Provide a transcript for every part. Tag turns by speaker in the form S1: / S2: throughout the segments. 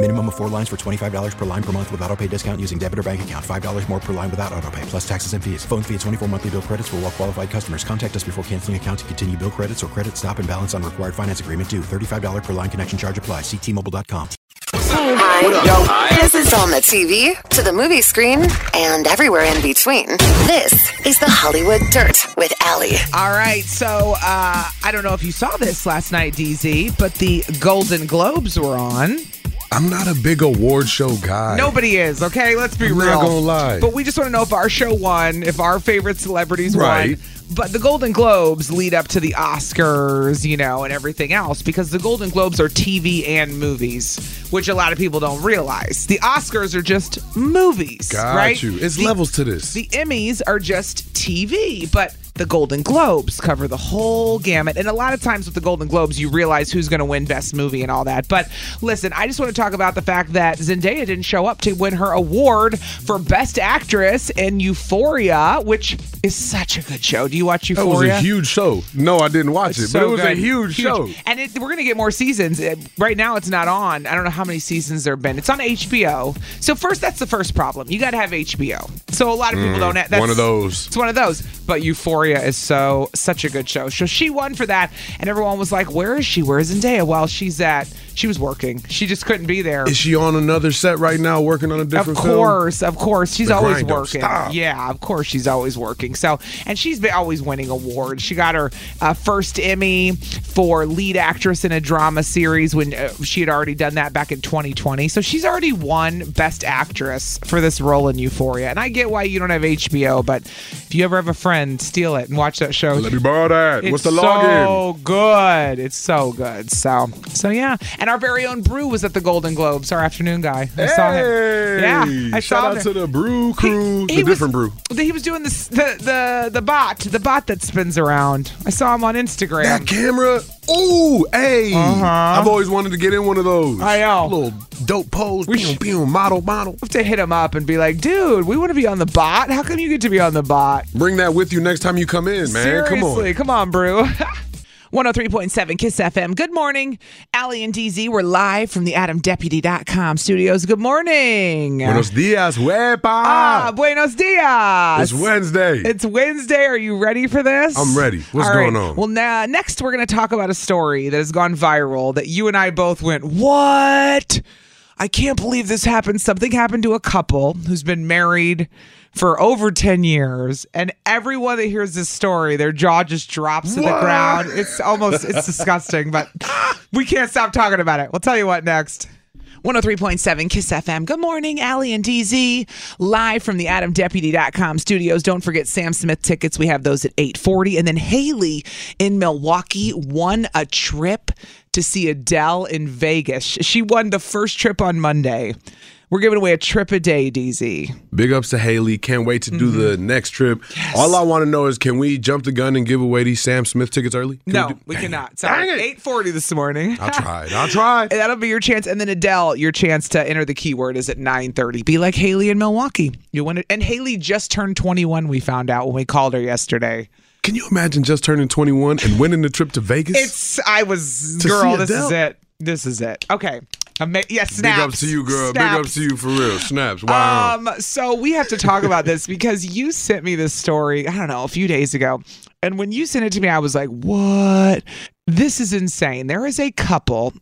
S1: Minimum of four lines for $25 per line per month with auto pay discount using debit or bank account. $5 more per line without auto pay, plus taxes and fees. Phone fee at 24 monthly bill credits for all well qualified customers. Contact us before canceling account to continue bill credits or credit stop and balance on required finance agreement due. $35 per line connection charge apply. Ctmobile.com.
S2: Hi. Hi. This is on the TV, to the movie screen, and everywhere in between. This is the Hollywood Dirt with Allie.
S3: All right, so uh, I don't know if you saw this last night, DZ, but the Golden Globes were on.
S4: I'm not a big award show guy.
S3: Nobody is, okay? Let's be
S4: I'm
S3: real.
S4: Not gonna lie.
S3: But we just want to know if our show won, if our favorite celebrities
S4: Right.
S3: won. But the Golden Globes lead up to the Oscars, you know, and everything else because the Golden Globes are TV and movies, which a lot of people don't realize. The Oscars are just movies,
S4: Got
S3: right?
S4: you. It's
S3: The-
S4: levels to this.
S3: The Emmys are just TV, but the Golden Globes cover the whole gamut. And a lot of times with the Golden Globes, you realize who's going to win Best Movie and all that. But listen, I just want to talk about the fact that Zendaya didn't show up to win her award for Best Actress in Euphoria, which is such a good show. Do you watch
S4: that was
S3: Euphoria?
S4: a huge show. No, I didn't watch it,
S3: It's
S4: but
S3: so
S4: it was a
S3: good.
S4: huge, show.
S3: And it, we're going to get more seasons. It- right now, it's not on. I don't know how many seasons there have been. It's on HBO. So, first, that's the first problem. You got to have HBO. So, a lot of people don't have
S4: Mm. one of those.
S3: It's one of those. But Euphoria is so, such a good show. So, she won for that. And everyone was like, where is she? Where is Zendaya? Well, she's at, she was working. She just couldn't be there.
S4: Is she on another set right now, working on a
S3: Of
S4: different film?
S3: course, of course. She's
S4: The
S3: always
S4: grind don't
S3: working.
S4: stop.
S3: Yeah, of course she's always working. So, and she's been always winning awards. She got her uh, first Emmy for lead actress in a drama series when uh, she had already done that back in 2020. So she's already won Best Actress for this role in Euphoria. And I get why you don't have HBO, but if you ever have a friend, steal it and watch that show.
S4: Let me borrow that.
S3: It's
S4: What's the
S3: so
S4: login?
S3: good. It's so good. So so yeah. And our very own Brew was at the Golden Globes. Our afternoon guy. I saw him.
S4: Hey!
S3: Yeah, I
S4: Shout
S3: saw
S4: out
S3: him.
S4: to the brew
S3: He-
S4: crew,
S3: he
S4: the
S3: was-
S4: different brew.
S3: He was doing this, the the the bot, the bot that spins around. I saw him on Instagram.
S4: That camera, ooh, hey! I've always wanted to get in one of those.
S3: Uh-huh. I know.
S4: little dope pose,
S3: We
S4: pew,
S3: sh-
S4: pew, model, model.
S3: I have to hit him up and be like, dude, we want to be on the bot. How come you get to be on the bot?
S4: Bring that with you next time you come in, man. Come on.
S3: Seriously, come on, Brew. 103.7 Kiss FM. Good morning. Allie and DZ. We're live from the AdamDeputy.com studios. Good morning.
S4: Buenos dias, huepa.
S3: ah, buenos dias.
S4: it's Wednesday.
S3: It's Wednesday. Are you ready for this?
S4: I'm ready. What's
S3: All
S4: going on?
S3: Well, now next we're going to talk about a story that has gone viral that you and I both went, "What? I can't believe this happened." Something happened to a couple who's been married for over 10 years, and everyone that hears this story, their jaw just drops to the
S4: What?
S3: ground. It's almost it's disgusting, but we can't stop talking about it. We'll tell you what next. 103.7 Kiss FM. Good morning, Allie and DZ. Live from the AdamDeputy.com studios. Don't forget Sam Smith tickets. We have those at 840. And then Haley in Milwaukee won a trip to see Adele in Vegas. She won the first trip on Monday. We're giving away a trip a day, DZ.
S4: Big ups to Haley. Can't wait to do the next trip. All I want to know is can we jump the gun and give away these Sam Smith tickets early? Can
S3: no,
S4: do-
S3: we
S4: Dang it.
S3: cannot. Sorry.
S4: Dang it.
S3: 840 this morning.
S4: I'll try. it. I'll try. it.
S3: And That'll be your chance. And then Adele, your chance to enter the keyword is at 9:30. Be like Haley in Milwaukee. You win it. And Haley just turned 21. We found out when we called her yesterday.
S4: Can you imagine just turning 21 and winning the trip to Vegas?
S3: It's I was
S4: To
S3: girl.
S4: see
S3: This is
S4: Adele.
S3: it. This is it. Okay. Ama- yeah,
S4: Big
S3: snaps.
S4: ups to you, girl. Big ups
S3: Snaps.
S4: to you for real. Snaps. Wow.
S3: Um, so we have to talk about this because you sent me this story, I don't know, a few days ago. And when you sent it to me, I was like, what? This is insane. There is a couple.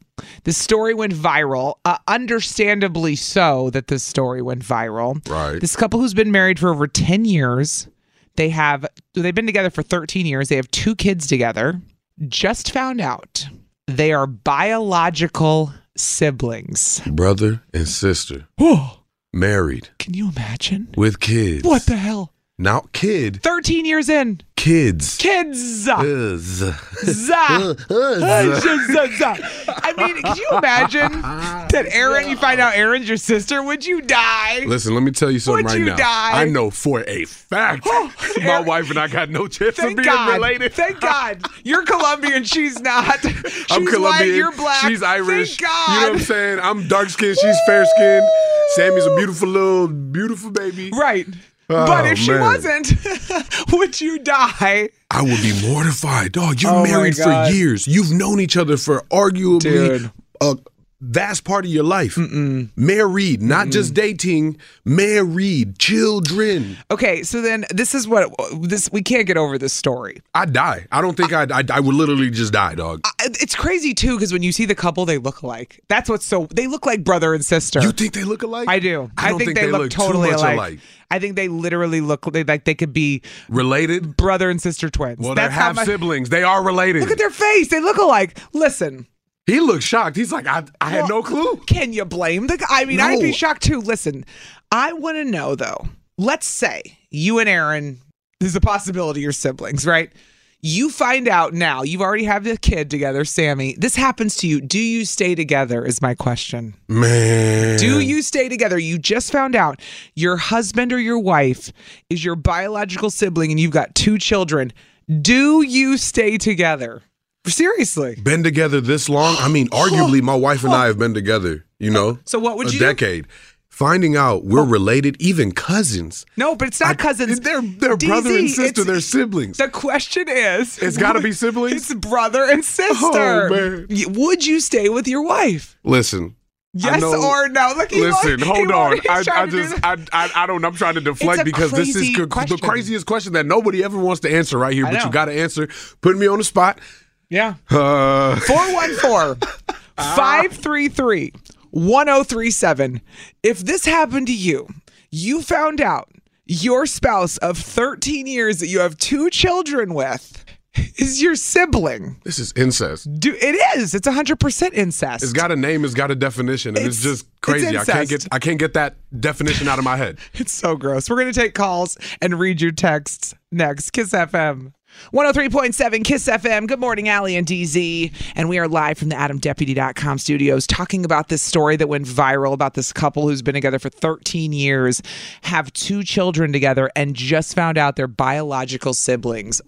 S3: The story went viral, uh, understandably so that this story went viral.
S4: Right.
S3: This couple who's been married for over 10 years. They have they've been together for 13 years. They have two kids together. Just found out they are biological siblings.
S4: Brother and sister,
S3: Whoa,
S4: married
S3: can you imagine?
S4: with kids.
S3: What the hell?
S4: Now, kid,
S3: 13 years in.
S4: kids.
S3: Kids.
S4: Kids.
S3: Za. I mean, can you imagine that Aaron, you find out Aaron's your sister? Would you die?
S4: Listen, let me tell you something
S3: Would
S4: right
S3: you
S4: now.
S3: die?
S4: I know for a fact my
S3: Eric-
S4: wife and I got no chance
S3: Oh,
S4: of
S3: Thank
S4: being
S3: God.
S4: related.
S3: Thank God. You're Colombian. She's not. She's
S4: I'm
S3: white.
S4: Colombian.
S3: You're black.
S4: She's Irish.
S3: Thank God.
S4: You know what I'm saying? I'm dark skinned. She's fair skinned. Sammy's a beautiful little, beautiful baby.
S3: Right.
S4: Oh,
S3: but if she
S4: man.
S3: wasn't, would you die?
S4: I would be mortified. Dog, you've
S3: Oh, my
S4: married for
S3: God.
S4: years. You've known each other for arguably
S3: Dude.
S4: a vast part of your life. Married, not just dating, married, children.
S3: Okay, so then this is what this we can't get over this story.
S4: I die. I don't think I'd, I'd, I would literally just die, dog.
S3: I- It's crazy too because when you see the couple, they look alike. That's what's so they look like brother and sister.
S4: you think they look alike?
S3: I do. I,
S4: don't
S3: think, they, look,
S4: too
S3: totally
S4: much
S3: alike. I think they literally look they, like they could be
S4: Related?
S3: brother and sister twins.
S4: Well,
S3: That's
S4: they're
S3: how
S4: half
S3: my-
S4: siblings. They are related.
S3: Look at their face. They look alike. Listen,
S4: he looks shocked. He's like, I, I had no clue.
S3: Can you blame the? g- I mean, I'd be
S4: No.
S3: shocked too. Listen, I want to know though. Let's say you and Aaron, there's a possibility you're siblings, right? You find out now. You've already have the kid together, Sammy. This happens to you. Do you stay together? Is my question.
S4: Man.
S3: Do you stay together? You just found out your husband or your wife is your biological sibling, and you've got two children. Do you stay together? Seriously.
S4: been together this long? I mean, arguably, my wife and I have been together. You know,
S3: So what would
S4: a
S3: you do?
S4: decade? Finding out we're related, even cousins.
S3: No, but it's not
S4: I-
S3: cousins.
S4: They're they're
S3: DZ,
S4: brother and sister.
S3: it's-
S4: They're siblings.
S3: The question is
S4: It's gotta be siblings?
S3: It's brother and sister.
S4: Oh, man.
S3: Y- Would you stay with your wife?
S4: Listen. I
S3: Yes
S4: know-
S3: or no? Look, he
S4: Listen,
S3: won't- he
S4: hold on.
S3: won't- he's
S4: I,
S3: trying
S4: I
S3: to do
S4: just,
S3: that.
S4: I, I, I don't. I'm trying to deflect
S3: a
S4: because this is
S3: crazy
S4: c-
S3: question.
S4: the craziest question that nobody ever wants to answer right here.
S3: I
S4: But
S3: know.
S4: you got to answer. Putting me on the spot.
S3: yeah.
S4: Uh,
S3: 414 533 1037. If this happened to you, you found out your spouse of 13 years that you have two children with is your sibling.
S4: this is incest.
S3: Do it is. It's 100% incest.
S4: It's got a name. It's got a definition, and it's,
S3: It's-
S4: just
S3: it's
S4: crazy. I can't
S3: incest.
S4: get. I can't get that definition out of my head.
S3: It's so gross. We're going to take calls and read your texts next. Kiss FM. 103.7 Kiss FM. Good morning, Allie and DZ. And we are live from the AdamDeputy.com studios talking about this story that went viral about this couple who's been together for 13 years, have two children together, and just found out they're biological siblings.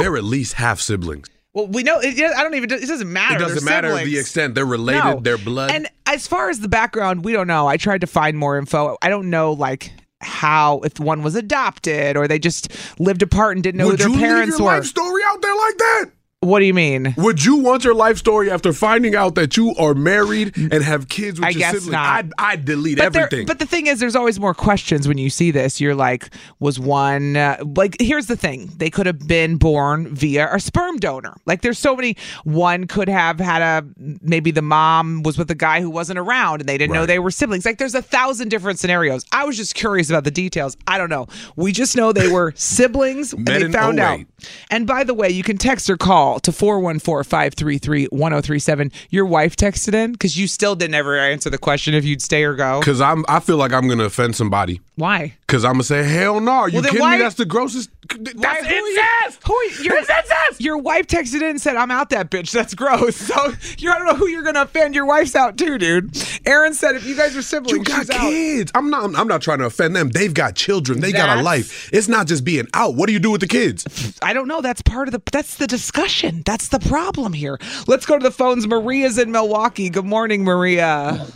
S4: They're at least half siblings.
S3: Well, we know, it, I don't even, it doesn't matter.
S4: It doesn't
S3: They're
S4: matter the
S3: siblings.
S4: extent. They're related.
S3: No.
S4: Their blood.
S3: And as far as the background, we don't know. I tried to find more info. I don't know, like how if one was adopted or they just lived apart and didn't know
S4: Would
S3: who
S4: you
S3: their parents
S4: leave your
S3: were.
S4: life story out there like that?
S3: What do you mean?
S4: Would you want your life story after finding out that you are married and have kids with
S3: Mm. I
S4: your
S3: guess
S4: siblings?
S3: not.
S4: I'd, I'd delete
S3: But, there-
S4: everything.
S3: but the thing is, there's always more questions when you see this. You're like, was one, uh, like, here's the thing they could have been born via a sperm donor. Like, there's so many. One could have had a, maybe the mom was with a guy who wasn't around and they didn't know
S4: Right.
S3: they were siblings. Like, there's a thousand different scenarios. I was just curious about the details. I don't know. We just know they were siblings and
S4: Met
S3: they
S4: in
S3: found out.
S4: 08.
S3: And by the way, you can text or call to 414 533 1037. Your wife texted in because you still didn't ever answer the question if you'd stay or go.
S4: Because I'm, I feel like I'm gonna offend somebody.
S3: Why?
S4: Because I'm gonna say, hell no, are you
S3: Well, then
S4: kidding
S3: why-
S4: me? That's the grossest.
S3: Why-
S4: That's
S3: who are you-
S4: incest.
S3: Who are you, your,
S4: It's incest!
S3: Your wife texted in and said, I'm out that bitch. That's gross. So you I don't know who you're going to offend. Your wife's out too, dude. Aaron said, if you guys are siblings,
S4: You got
S3: she's out.
S4: kids. I'm not. I'm not trying to offend them. They've got children. They got a
S3: That's-
S4: life. It's not just being out. What do you do with the kids?
S3: I don't know. That's part of the, that's the discussion. That's the problem here. Let's go to the phones. Maria's in Milwaukee. Good morning, Maria.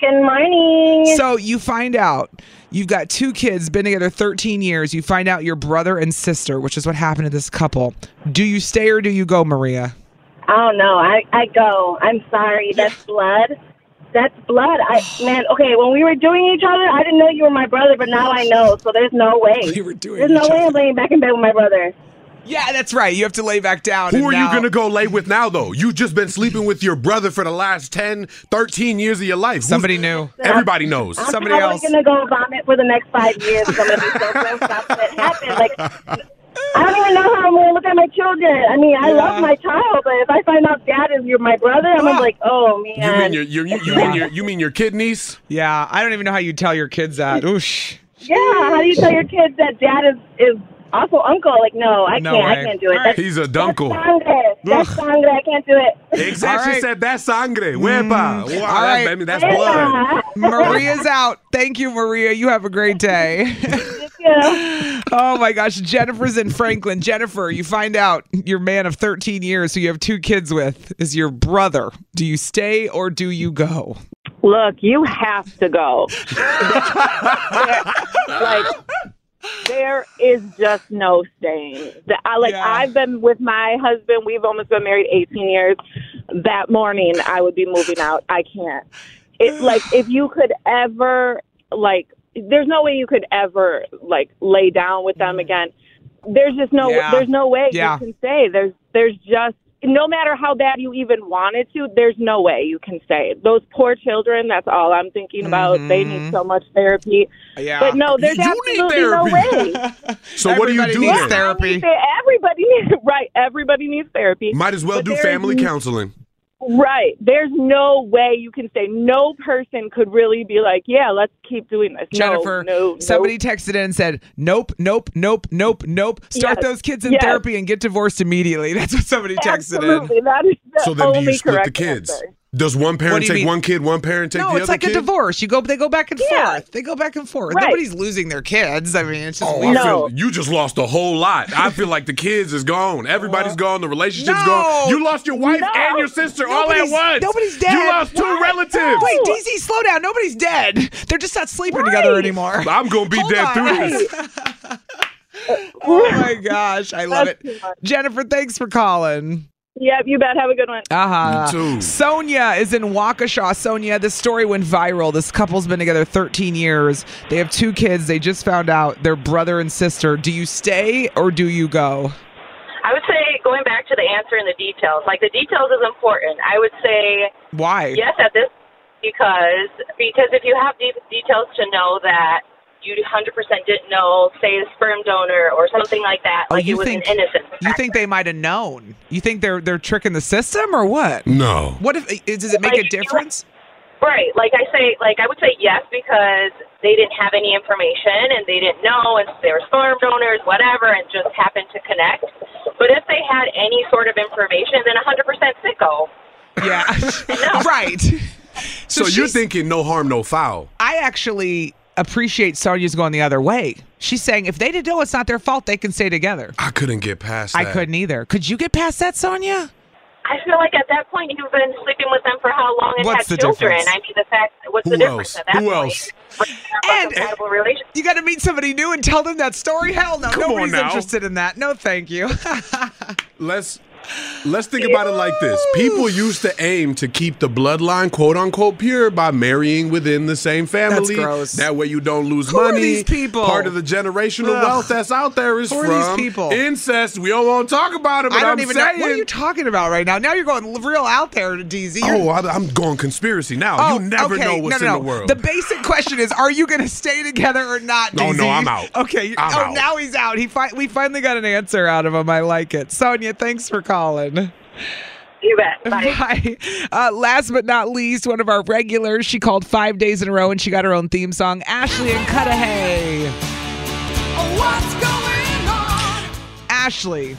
S5: Good morning.
S3: So you find out you've got two kids, been together 13 years. You find out your brother and sister, which is what happened to this couple. Do you stay or do you go, Maria?
S5: Oh no, I I go. I'm sorry. That's blood. That's blood. I man. Okay, when we were doing each other, I didn't know you were my brother, but now I know. So there's no way.
S3: We were doing
S5: There's no
S3: each
S5: way
S3: other.
S5: I'm laying back in bed with my brother.
S3: Yeah, that's right. You have to lay back down.
S4: Who
S3: and
S4: are
S3: now-
S4: you going to go lay with now, though? You've just been sleeping with your brother for the last 10, 13 years of your life. Who's-
S3: Somebody new.
S4: Everybody knows.
S5: I'm
S3: Somebody
S5: probably
S3: else.
S5: gonna go vomit for the next five years. 'cause I'm gonna be so grossed out that it happened. Like, I don't even know how I'm gonna look at my children. I mean, I love my child, but if I find out dad is your my brother, I'm
S3: Ah.
S5: gonna be like, oh man.
S4: You mean your, your, you, you mean your you mean your kidneys?
S3: Yeah, I don't even know how you tell your kids that. Oosh.
S5: yeah. How do you tell your kids that dad is is also uncle? Like, no, I
S3: No
S5: can't.
S3: way.
S5: I can't do it.
S3: All right.
S5: That's,
S4: He's a
S5: that's
S4: dunkle.
S5: sangre. That's sangre. I can't do it.
S4: Exactly.
S3: All
S4: She
S3: right.
S4: said that's sangre.
S6: Mm.
S4: Wepa. Wow,
S3: All
S4: that-
S3: right.
S4: baby, that's blood.
S6: uh,
S5: Yeah.
S3: Maria's out. Thank you, Maria. You have a great day.
S5: yeah.
S3: oh my gosh, Jennifer's in Franklin. Jennifer, you find out your man of 13 years who you have two kids with is your brother. Do you stay or do you go?
S6: Look, you have to go. like there is just no staying. The- I like
S3: Yeah.
S6: I've been with my husband. We've almost been married 18 years. That morning I would be moving out. I can't. It like if you could ever like there's no way you could ever like lay down with them again. There's just no
S3: Mm. Yeah.
S6: there's no way
S3: Yeah.
S6: you can stay. There's there's just no matter how bad you even wanted to, there's no way you can stay. Those poor children, that's all I'm thinking about. They
S3: Mm-hmm.
S6: need so much therapy.
S3: Yeah.
S6: But no, there's
S4: You need
S6: absolutely no
S4: therapy.
S6: way.
S4: So what do you
S3: Everybody
S4: do
S3: needs
S4: then?
S3: therapy.
S6: Everybody needs right. Everybody needs therapy.
S4: Might as well
S6: But
S4: do
S6: there
S4: family
S6: is-
S4: counseling.
S6: Right. There's no way you can say no person could really be like, yeah, let's keep doing this. No,
S3: Jennifer,
S6: no, no.
S3: somebody texted in and said, "Nope, nope, nope, nope, nope. Start
S6: Yes,
S3: those kids in
S6: yes.
S3: therapy and get divorced immediately." That's what somebody texted in.
S6: Absolutely. That is the
S4: So then do you
S6: only
S4: split the
S6: correct
S4: kids?
S6: answer.
S4: Does one
S3: What do
S4: parent
S3: you
S4: take
S3: mean?
S4: one kid, one parent take
S3: No,
S4: the
S3: it's
S4: other
S3: like
S4: kid?
S3: a divorce. You go, they go back and
S6: Yeah.
S3: forth. They go back and forth.
S6: Right.
S3: Nobody's losing their kids. I mean, it's just
S4: Oh,
S3: weird.
S4: I
S6: No.
S4: feel you just lost a whole lot. I feel like the kids is gone. Everybody's gone. The relationship's
S3: Uh, No.
S4: gone. You lost your wife
S6: No.
S4: and your sister all at
S3: Nobody's-
S4: once.
S3: Nobody's dead.
S4: You lost two relatives.
S3: Wait, DZ, slow down. Nobody's dead. They're just not sleeping together anymore.
S4: I'm gonna be
S3: Hold
S4: dead
S3: on.
S4: through this.
S3: Oh my gosh, I love it.
S6: That's too much.
S3: Jennifer, thanks for calling.
S6: Yep, you bet. Have a good one.
S3: Uh-huh.
S4: too.
S3: Sonia is in Waukesha. Sonia, this story went viral. This couple's been together 13 years. They have two kids. They just found out they're brother and sister. Do you stay or do you go?
S7: I would say going back to the answer and the details, like the details is important. I would say
S3: Why?
S7: yes at this because because if you have deep details to know that you 100% didn't know, say a sperm donor or something like that,
S3: Oh,
S7: like
S3: you
S7: it was
S3: think-
S7: an innocent.
S3: You think they might have known? You think they're they're tricking the system or what?
S4: No.
S3: What if i- does it make a
S7: Like, you-
S3: difference?
S7: Right. Like I say, like I would say yes because they didn't have any information and they didn't know and they were sperm donors, whatever, and just happened to connect. But if they had any sort of information, then 100% sicko.
S3: Yeah. right.
S4: So, you're
S3: she's-
S4: thinking no harm, no foul.
S3: I actually appreciate Sonia's going the other way. She's saying if they didn't know it's not their fault, they can stay together.
S4: I couldn't get past
S3: I
S4: that.
S3: couldn't either. Could you get past that, Sonia?
S7: I feel like at that point you've been sleeping with them for how long and
S3: What's the
S7: had children.
S3: difference?
S7: I mean, the fact what's
S4: Who
S7: the difference
S4: else?
S7: at that
S4: Who
S7: point?
S4: else?
S7: Right, they're about
S3: And-
S7: compatible relationship.
S3: You got to meet somebody new and tell them that story. Hell no,
S4: Come on
S3: nobody's
S4: now.
S3: interested in that. No, thank you.
S4: Let's let's think about it like this. People used to aim to keep the bloodline quote unquote pure by marrying within the same family.
S3: gross.
S4: That way you don't lose
S3: Who are
S4: money.
S3: these people?
S4: Part of the generational
S3: Ugh.
S4: wealth that's out there is
S3: Who are these
S4: from
S3: people?
S4: incest. We don't want to talk about it, but
S3: I don't
S4: am
S3: even
S4: saying
S3: know. What are you talking about right now? Now you're going real out there, DZ. You're-
S4: Oh, I, am going conspiracy now.
S3: Oh,
S4: you never
S3: okay.
S4: know what's
S3: no, no,
S4: in the
S3: no.
S4: world. Oh,
S3: The basic question is: Are you going to stay together or not?
S4: No,
S3: DZ?
S4: no, I'm out.
S3: Okay. you-
S4: I'm
S3: oh,
S4: out.
S3: now he's out. He fi- we finally got an answer out of him. I like it. Sonia, thanks for calling.
S7: You bet. Bye.
S3: Bye. Uh, last but not least, one of our regulars. She called five days in a row and she got her own theme song. Ashley and Cudahy. Ashley,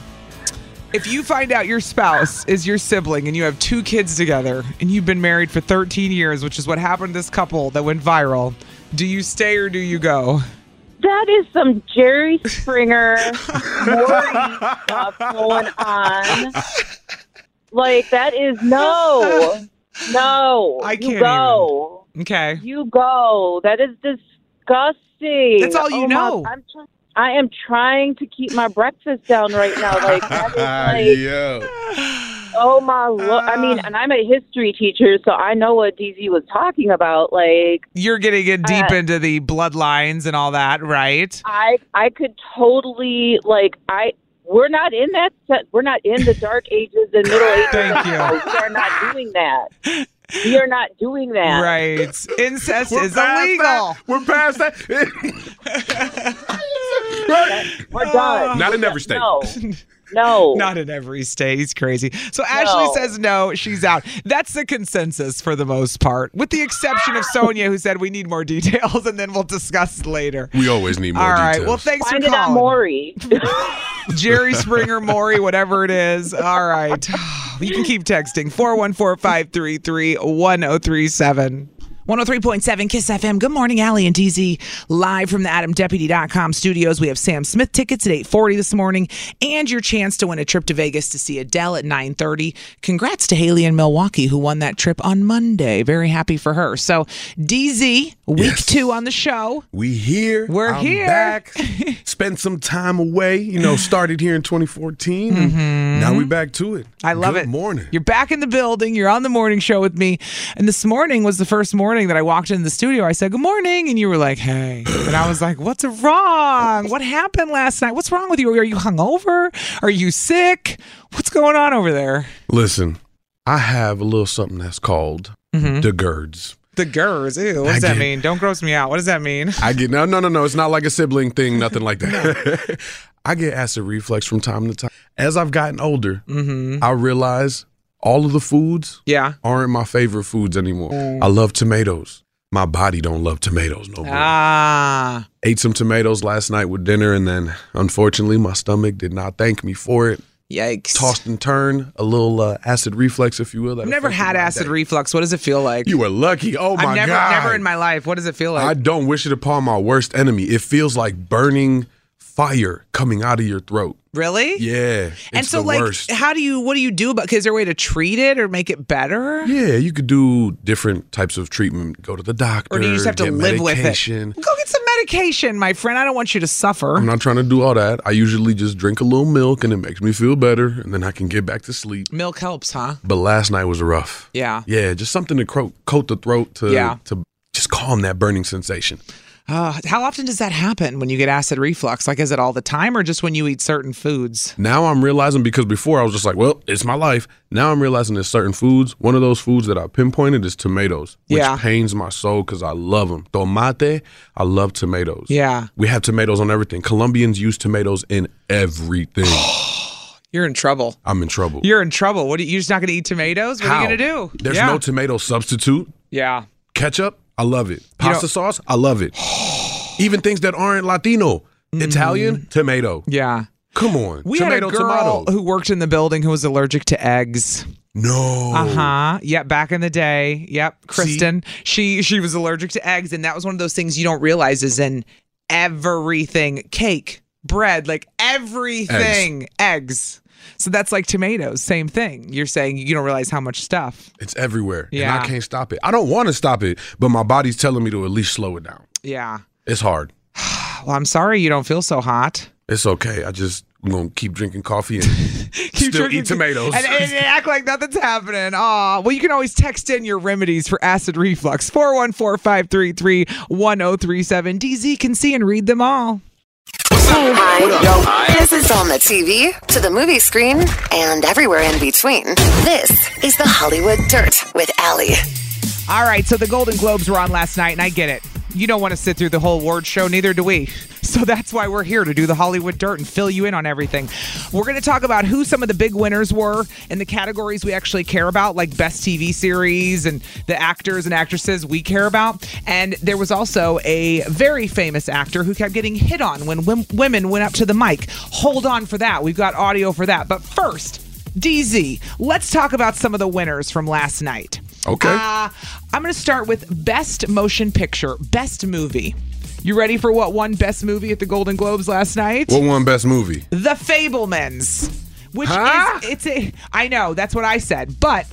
S3: if you find out your spouse is your sibling and you have two kids together and you've been married for 13 years, which is what happened to this couple that went viral, do you stay or do you go?
S6: That is some Jerry Springer Morty stuff going on. Like that is no, no.
S3: I
S6: you
S3: can't
S6: go.
S3: Okay.
S6: You go. That is disgusting.
S3: That's all you
S6: Oh, my-
S3: know.
S6: I'm try- I am trying to keep my breakfast down right now. Like that is like,
S4: yeah.
S6: oh my. Lo- I mean, and I'm a history teacher, so I know what DZ was talking about. Like
S3: You're getting in deep
S6: Uh,
S3: into the bloodlines and all that, right?
S6: I I could totally like I We're not in that. se- We're not in the dark ages and middle ages. Thank you. We are not doing that. We are not doing that.
S3: Right. Incest
S6: We're
S3: is
S6: past
S3: illegal.
S4: We're past that.
S6: We're done.
S3: Not in every state.
S6: No. No.
S3: Not in every state. He's crazy. So Ashley
S6: No.
S3: says no, she's out. That's the consensus for the most part, with the exception of Sonia, who said we need more details and then we'll discuss later.
S4: We always need more
S3: All right.
S4: details.
S3: Well, thanks
S6: Find
S3: for
S6: it on
S3: calling.
S6: Maury.
S3: Jerry Springer, Maury, whatever it is. All right. You can keep texting 414 533 1037. 103.7 Kiss FM. Good morning, Allie and DZ. Live from the AdamDeputy.com studios. We have Sam Smith tickets at 840 this morning and your chance to win a trip to Vegas to see Adele at 930. Congrats to Haley in Milwaukee who won that trip on Monday. Very happy for her. So DZ, week two on the show.
S4: We here.
S3: We're
S4: I'm
S3: here.
S4: back. Spent some time away. You know, started here in 2014. and
S3: Mm-hmm.
S4: Now we back to it.
S3: I love
S4: Good
S3: it.
S4: Morning.
S3: You're back in the building. You're on the morning show with me. And this morning was the first morning that I walked into the studio. I said, Good morning. And you were like, Hey. And I was like, What's wrong? What happened last night? What's wrong with you? Are you hungover? Are you sick? What's going on over there?
S4: Listen, I have a little something that's called
S3: Mhm.
S4: the GERDs.
S3: The GERS. Ew. What does that mean? Don't gross me out. What does that mean?
S4: I get no, no, no, no. It's not like a sibling thing. Nothing like that. I get acid reflux from time to time. As I've gotten older,
S3: Mm-hmm.
S4: I realize all of the foods
S3: yeah.
S4: aren't my favorite foods anymore.
S3: Mm.
S4: I love tomatoes. My body don't love tomatoes no more.
S3: Ah.
S4: Ate some tomatoes last night with dinner, and then unfortunately, my stomach did not thank me for it.
S3: Yikes!
S4: Tossed and turned, a little uh, acid reflux, if you will. that
S3: I've never
S4: affected
S3: had
S4: my
S3: acid
S4: day.
S3: reflux. What does it feel like?
S4: You were lucky. Oh my
S3: I've never,
S4: god!
S3: never in my life. What does it feel like?
S4: I don't wish it upon my worst enemy. It feels like burning fire coming out of your throat.
S3: really?
S4: Yeah.
S3: and
S4: it's
S3: so,
S4: the
S3: like,
S4: worst.
S3: how do you? What do you do about? 'cause Is there a way to treat it or make it better?
S4: Yeah, you could do different types of treatment. Go to the doctor.
S3: Or do you just have to
S4: get
S3: live
S4: medication.
S3: with it? Go get some medication, my friend. I don't want you to suffer.
S4: I'm not trying to do all that. I usually just drink a little milk and it makes me feel better and then I can get back to sleep.
S3: Milk helps, huh?
S4: But last night was rough.
S3: Yeah.
S4: Yeah, just something to cro- coat the throat to
S3: Yeah.
S4: to just calm that burning sensation.
S3: Uh, how often does that happen when you get acid reflux? Like, is it all the time or just when you eat certain foods?
S4: Now I'm realizing because before I was just like, well, it's my life. Now I'm realizing there's certain foods. One of those foods that I pinpointed is tomatoes, which
S3: Yeah.
S4: pains my soul because I love them. Tomate, I love tomatoes.
S3: Yeah.
S4: We have tomatoes on everything. Colombians use tomatoes in everything.
S3: You're in trouble.
S4: I'm in trouble.
S3: You're in trouble. What? Are you, you're just not going to eat tomatoes? What are you
S4: How?
S3: going to do?
S4: There's
S3: yeah.
S4: no tomato substitute.
S3: yeah.
S4: Ketchup, I love it. Pasta sauce, I love it. Even things that aren't Latino, Italian, tomato.
S3: Mm-hmm. Yeah.
S4: Come on.
S3: We
S4: tomato,
S3: had a girl
S4: tomato.
S3: who worked in the building who was allergic to eggs.
S4: No.
S3: Uh huh. Yep. Back in the day. Yep. Kristen. She she was allergic to eggs, and that was one of those things you don't realize is in everything: cake, bread, like everything, eggs. So that's like tomatoes. Same thing. You're saying you don't realize how much stuff.
S4: It's everywhere. And
S3: Yeah.
S4: I can't stop it. I don't want to stop it, but my body's telling me to at least slow it down.
S3: Yeah.
S4: It's hard.
S3: Well, I'm sorry you don't feel so hot.
S4: It's okay. I just, I'm going to keep drinking coffee and still
S3: drinking-
S4: eat tomatoes.
S3: And, and act like nothing's happening. Aw. Well, you can always text in your remedies for acid reflux 414 533 1037. DZ can see and read them all.
S2: Hi. This is on the TV, to the movie screen, and everywhere in between. This is the Hollywood Dirt with Allie.
S3: All right, so the Golden Globes were on last night, and I get it. You don't want to sit through the whole award show, neither do we. So that's why we're here to do the Hollywood dirt and fill you in on everything. We're going to talk about who some of the big winners were in the categories we actually care about, like best TV series and the actors and actresses we care about. And there was also a very famous actor who kept getting hit on when wom- women went up to the mic. Hold on for that. We've got audio for that. But first, DZ, let's talk about some of the winners from last night.
S4: Okay.
S3: Uh, I'm going to start with best motion picture, best movie. You ready for what won best movie at the Golden Globes last night?
S4: what one best movie?
S3: The Fablemans, which is it's a I know that's what I said, but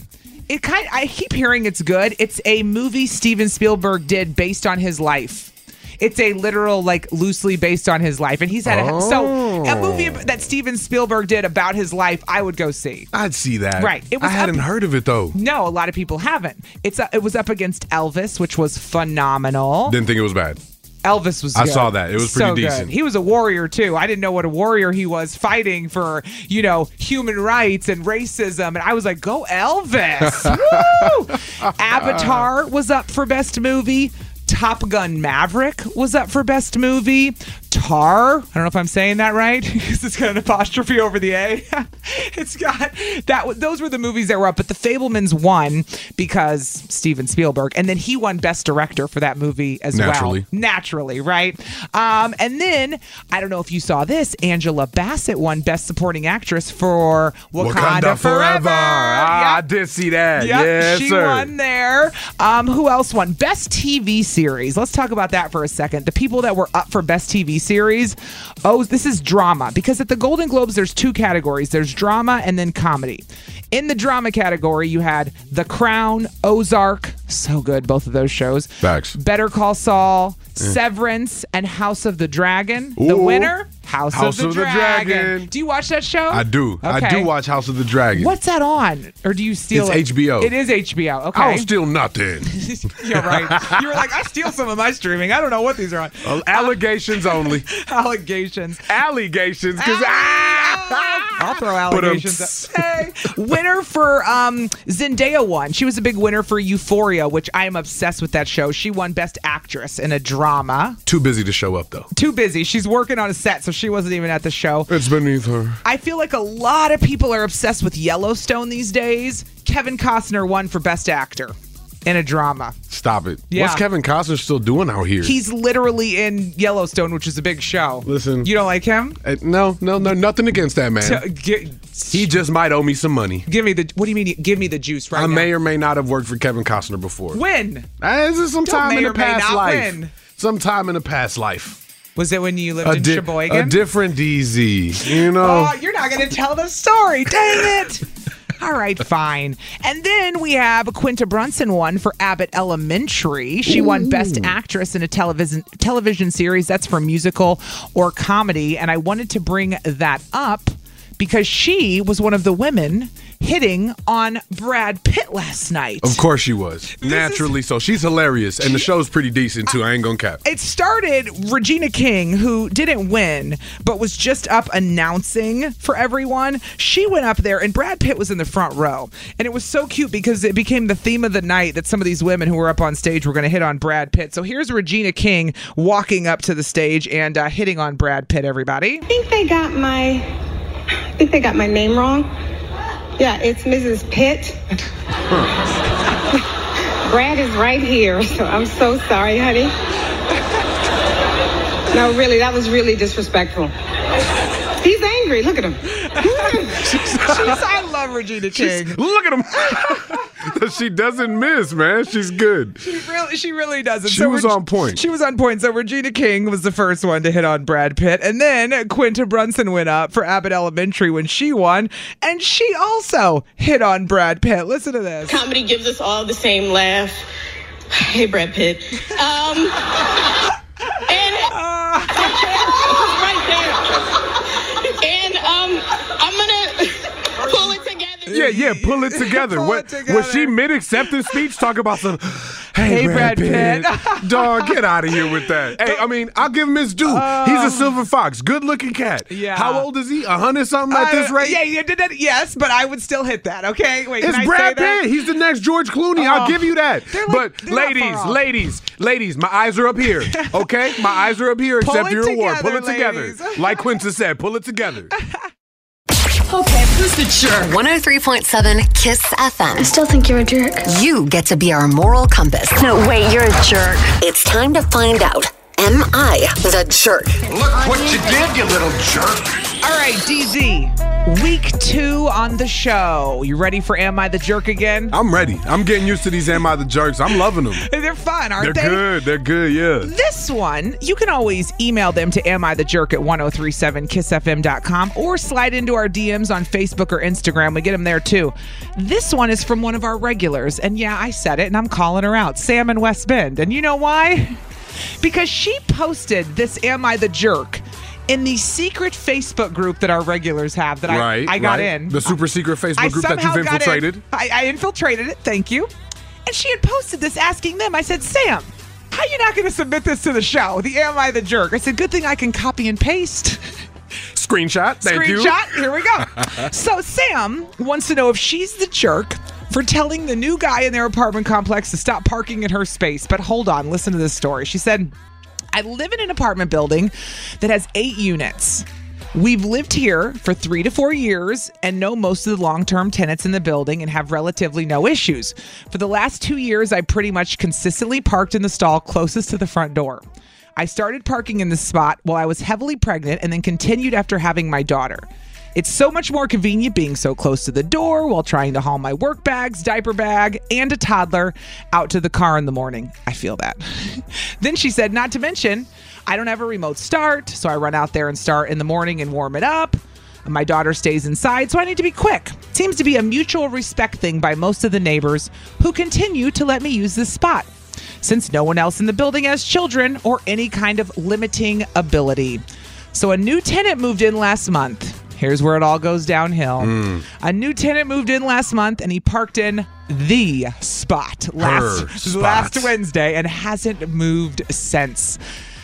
S3: it kind I keep hearing it's good. It's a movie Steven Spielberg did based on his life. It's a literal like loosely based on his life, and he's had a, so a movie
S4: Oh.
S3: ab- that Steven Spielberg did about his life. I would go see.
S4: I'd see that.
S3: Right. It was
S4: I hadn't
S3: up-
S4: heard of it though.
S3: No, a lot of people haven't. It's uh it was up against Elvis, which was phenomenal.
S4: Didn't think it was bad.
S3: Elvis was.
S4: I
S3: good.
S4: saw that. It was pretty
S3: So good.
S4: decent.
S3: He was a warrior too. I didn't know what a warrior he was, fighting for you know human rights and racism. And I was like, go Elvis! Woo! Avatar was up for best movie. Top Gun Maverick was up for best movie. Tar, I don't know if I'm saying that right because it's got an apostrophe over the A. it's got that. w- Those were the movies that were up, but The Fablemans won because Steven Spielberg, and then he won Best Director for that movie as well
S4: Naturally.
S3: naturally, right? Um, and then I don't know if you saw this. Angela Bassett won Best Supporting Actress for Wakanda, Forever.
S4: Ah, I did see that.
S3: Yep,
S4: yes,
S3: she
S4: sir.
S3: won there. Um, who else won? Best TV series. Let's talk about that for a second. The people that were up for best TV series. Oh, this is drama because at the Golden Globes there's two categories. There's drama and then comedy. In the drama category, you had The Crown, Ozark, so good both of those shows.
S4: Facts.
S3: Better Call Saul,
S4: Yeah.
S3: Severance, and House of the Dragon. The
S4: Ooh.
S3: winner, House,
S4: House
S3: of,
S4: of
S3: the,
S4: the
S3: Dragon.
S4: Dragon.
S3: Do you watch that show?
S4: I do. I do
S3: Okay.
S4: watch House of the Dragon.
S3: What's that on? Or do you steal
S4: It's
S3: it?
S4: HBO.
S3: It is HBO. Okay.
S4: I don't Oh, steal nothing.
S3: You're right. You're like, I steal some of my streaming. I don't know what these are on.
S4: Uh, Allegations only.
S3: Allegations.
S4: Allegations. Ah! Because
S3: I'll throw
S4: um,
S3: allegations. up. Hey, winner for um, Zendaya won. She was a big winner for Euphoria, which I am obsessed with that show. She won Best Actress in a Drama.
S4: Too busy to show up though.
S3: Too busy. She's working on a set, so she wasn't even at the show.
S4: It's beneath her.
S3: I feel like a lot of people are obsessed with Yellowstone these days. Kevin Costner won for Best Actor in a drama.
S4: Stop it.
S3: Yeah.
S4: What's Kevin Costner still doing out here?
S3: He's literally in Yellowstone, which is a big show.
S4: Listen.
S3: You don't like him?
S4: Uh, no, no, no, nothing against that man.
S3: T- gi-
S4: he just might owe me some money.
S3: give me the. What do you mean? Give me the juice right
S4: I
S3: now.
S4: may or may not have worked for Kevin Costner before.
S3: When?
S4: Uh, This is some
S3: Don't
S4: time
S3: may
S4: in
S3: or
S4: a
S3: may
S4: past
S3: not
S4: life.
S3: win.
S4: Some time in a past life.
S3: Was it when you lived in
S4: di-
S3: Sheboygan?
S4: a different DZ. You know.
S3: Oh, you're not going to tell the story. Dang it. All right, fine. And then we have Quinta Brunson won for Abbott Elementary. She won Best Actress in a television television series. That's for musical or comedy. And I wanted to bring that up because she was one of the women hitting on Brad Pitt last night.
S4: Of course she was. Naturally so. She's hilarious. And the show's pretty decent too. I ain't gonna cap.
S3: It started Regina King, who didn't win, but was just up announcing for everyone. She went up there, and Brad Pitt was in the front row. And it was so cute because it became the theme of the night that some of these women who were up on stage were going to hit on Brad Pitt. So here's Regina King walking up to the stage and uh, hitting on Brad Pitt, everybody.
S8: I think they got my I think they got my name wrong. Yeah, it's Mrs. Pitt. Brad is right here, so I'm so sorry, honey. No, really, that was really disrespectful. He's angry. Look at him.
S3: She's- I love Regina King.
S4: Look at him. she doesn't miss, man. She's good.
S3: She really, she really doesn't.
S4: She was on point.
S3: She was on point. So Regina King was the first one to hit on Brad Pitt, and then Quinta Brunson went up for Abbott Elementary when she won, and she also hit on Brad Pitt. Listen to this.
S9: Comedy gives us all the same laugh. Hey, Brad Pitt. Um, and right there. And um, I'm gonna pull it together.
S4: Yeah, yeah, pull it together.
S9: Pull
S4: what
S9: it
S4: was she mid acceptance speech talk about some Hey,
S9: Hey,
S4: Brad,
S9: Brad
S4: Pitt. Dog, get out of here with that. Hey, I mean, I'll give him his due. He's a silver fox, good looking cat.
S3: Um, Yeah.
S4: How old is he? A hundred something at this
S3: Uh,
S4: rate?
S3: Yeah, you did that. Yes, but I would still hit that. Okay, wait.
S4: It's
S3: can I say
S4: Brad
S3: that?
S4: Pitt. He's the next George Clooney. I'll
S3: Oh.
S4: give you that.
S3: They're like-
S4: but
S3: they're not
S4: ladies,
S3: far off.
S4: ladies, ladies, my eyes are up here. Okay, my eyes are up here.
S3: Pull
S4: Accept
S3: it
S4: your award. Pull it
S3: together,
S4: together. Like Quinta said, pull it together.
S2: Okay, who's the jerk? 103.7 Kiss FM. I still think you're a jerk. You get to be our moral compass. No, wait, you're a jerk. It's time to find out. Am I the jerk?
S10: Look what you did, you little jerk.
S3: All right, DZ. Week two on the show. You ready for Am I the Jerk again?
S4: I'm ready. I'm getting used to these Am I the Jerks. I'm loving them.
S3: They're fun,
S4: They're
S3: aren't they?
S4: good. They're good. Yeah.
S3: This one, you can always email them to am I the jerk at 1037kissfm.com or slide into our DMs on Facebook or Instagram. We get them there too. This one is from one of our regulars. And yeah, I said it and I'm calling her out Sam in West Bend. And you know why? Because she posted this Am I the Jerk in the secret Facebook group that our regulars have that
S4: right.
S3: I, I got
S4: right.
S3: in.
S4: The super secret Facebook
S3: I
S4: group that
S3: somehow
S4: you've
S3: got in.
S4: infiltrated.
S3: I, I infiltrated it. Thank you. And she had posted this asking them. I said, Sam, how you not going to submit this to the show? The Am I the Jerk? It's a good thing I can copy and paste.
S4: Screenshot. Thank you.
S3: Screenshot. Here we go. so Sam wants to know if she's the jerk for telling the new guy in their apartment complex to stop parking in her space. But hold on, listen to this story. She said, "I live in an apartment building that has 8 units. We've lived here for 3 to 4 years and know most of the long-term tenants in the building and have relatively no issues. For the last 2 years, I pretty much consistently parked in the stall closest to the front door." I started parking in this spot while I was heavily pregnant and then continued after having my daughter. It's so much more convenient being so close to the door while trying to haul my work bags, diaper bag, and a toddler out to the car in the morning. I feel that. then she said, not to mention, I don't have a remote start, so I run out there and start in the morning and warm it up. My daughter stays inside, so I need to be quick. Seems to be a mutual respect thing by most of the neighbors who continue to let me use this spot since no one else in the building has children or any kind of limiting ability. So a new tenant moved in last month. Here's where it all goes downhill.
S11: Hmm.
S3: A new tenant moved in last month and he parked in the spot
S11: Her
S3: last
S11: spot.
S3: last Wednesday and hasn't moved since.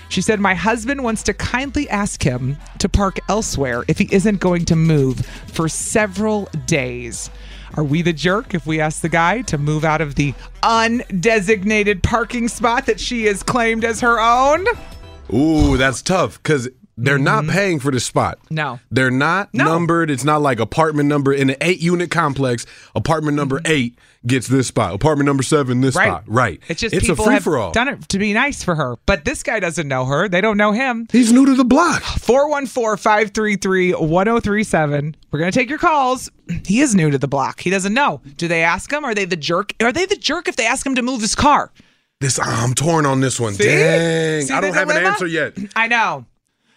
S3: She said, My husband wants to kindly ask him to park elsewhere if he isn't going to move for several days. Are we the jerk if we ask the guy to move out of the undesignated parking spot that she has claimed as her own? Mm-hmm.
S4: Ooh, that's tough because they're not paying for the spot.
S3: No.
S4: They're not numbered. It's not like apartment number in an eight unit complex. Apartment number eight gets this spot. Apartment number seven, this
S3: Mm-hmm. Right.
S4: spot. Right.
S3: It's just
S4: it's a
S3: people
S4: free
S3: have
S4: for all.
S3: done it to be nice for her. But this guy doesn't know her. They don't know him.
S4: He's new to the block.
S3: 414-533-1037. We're going to take your calls. He is new to the block. He doesn't know. Do they ask him? Are they the jerk? Are they the jerk if they ask him to move his car?
S4: This ah, I'm torn on this one.
S3: See?
S4: Dang,
S3: See
S4: I
S3: the
S4: don't have an
S3: dilemma?
S4: answer yet.
S3: I know.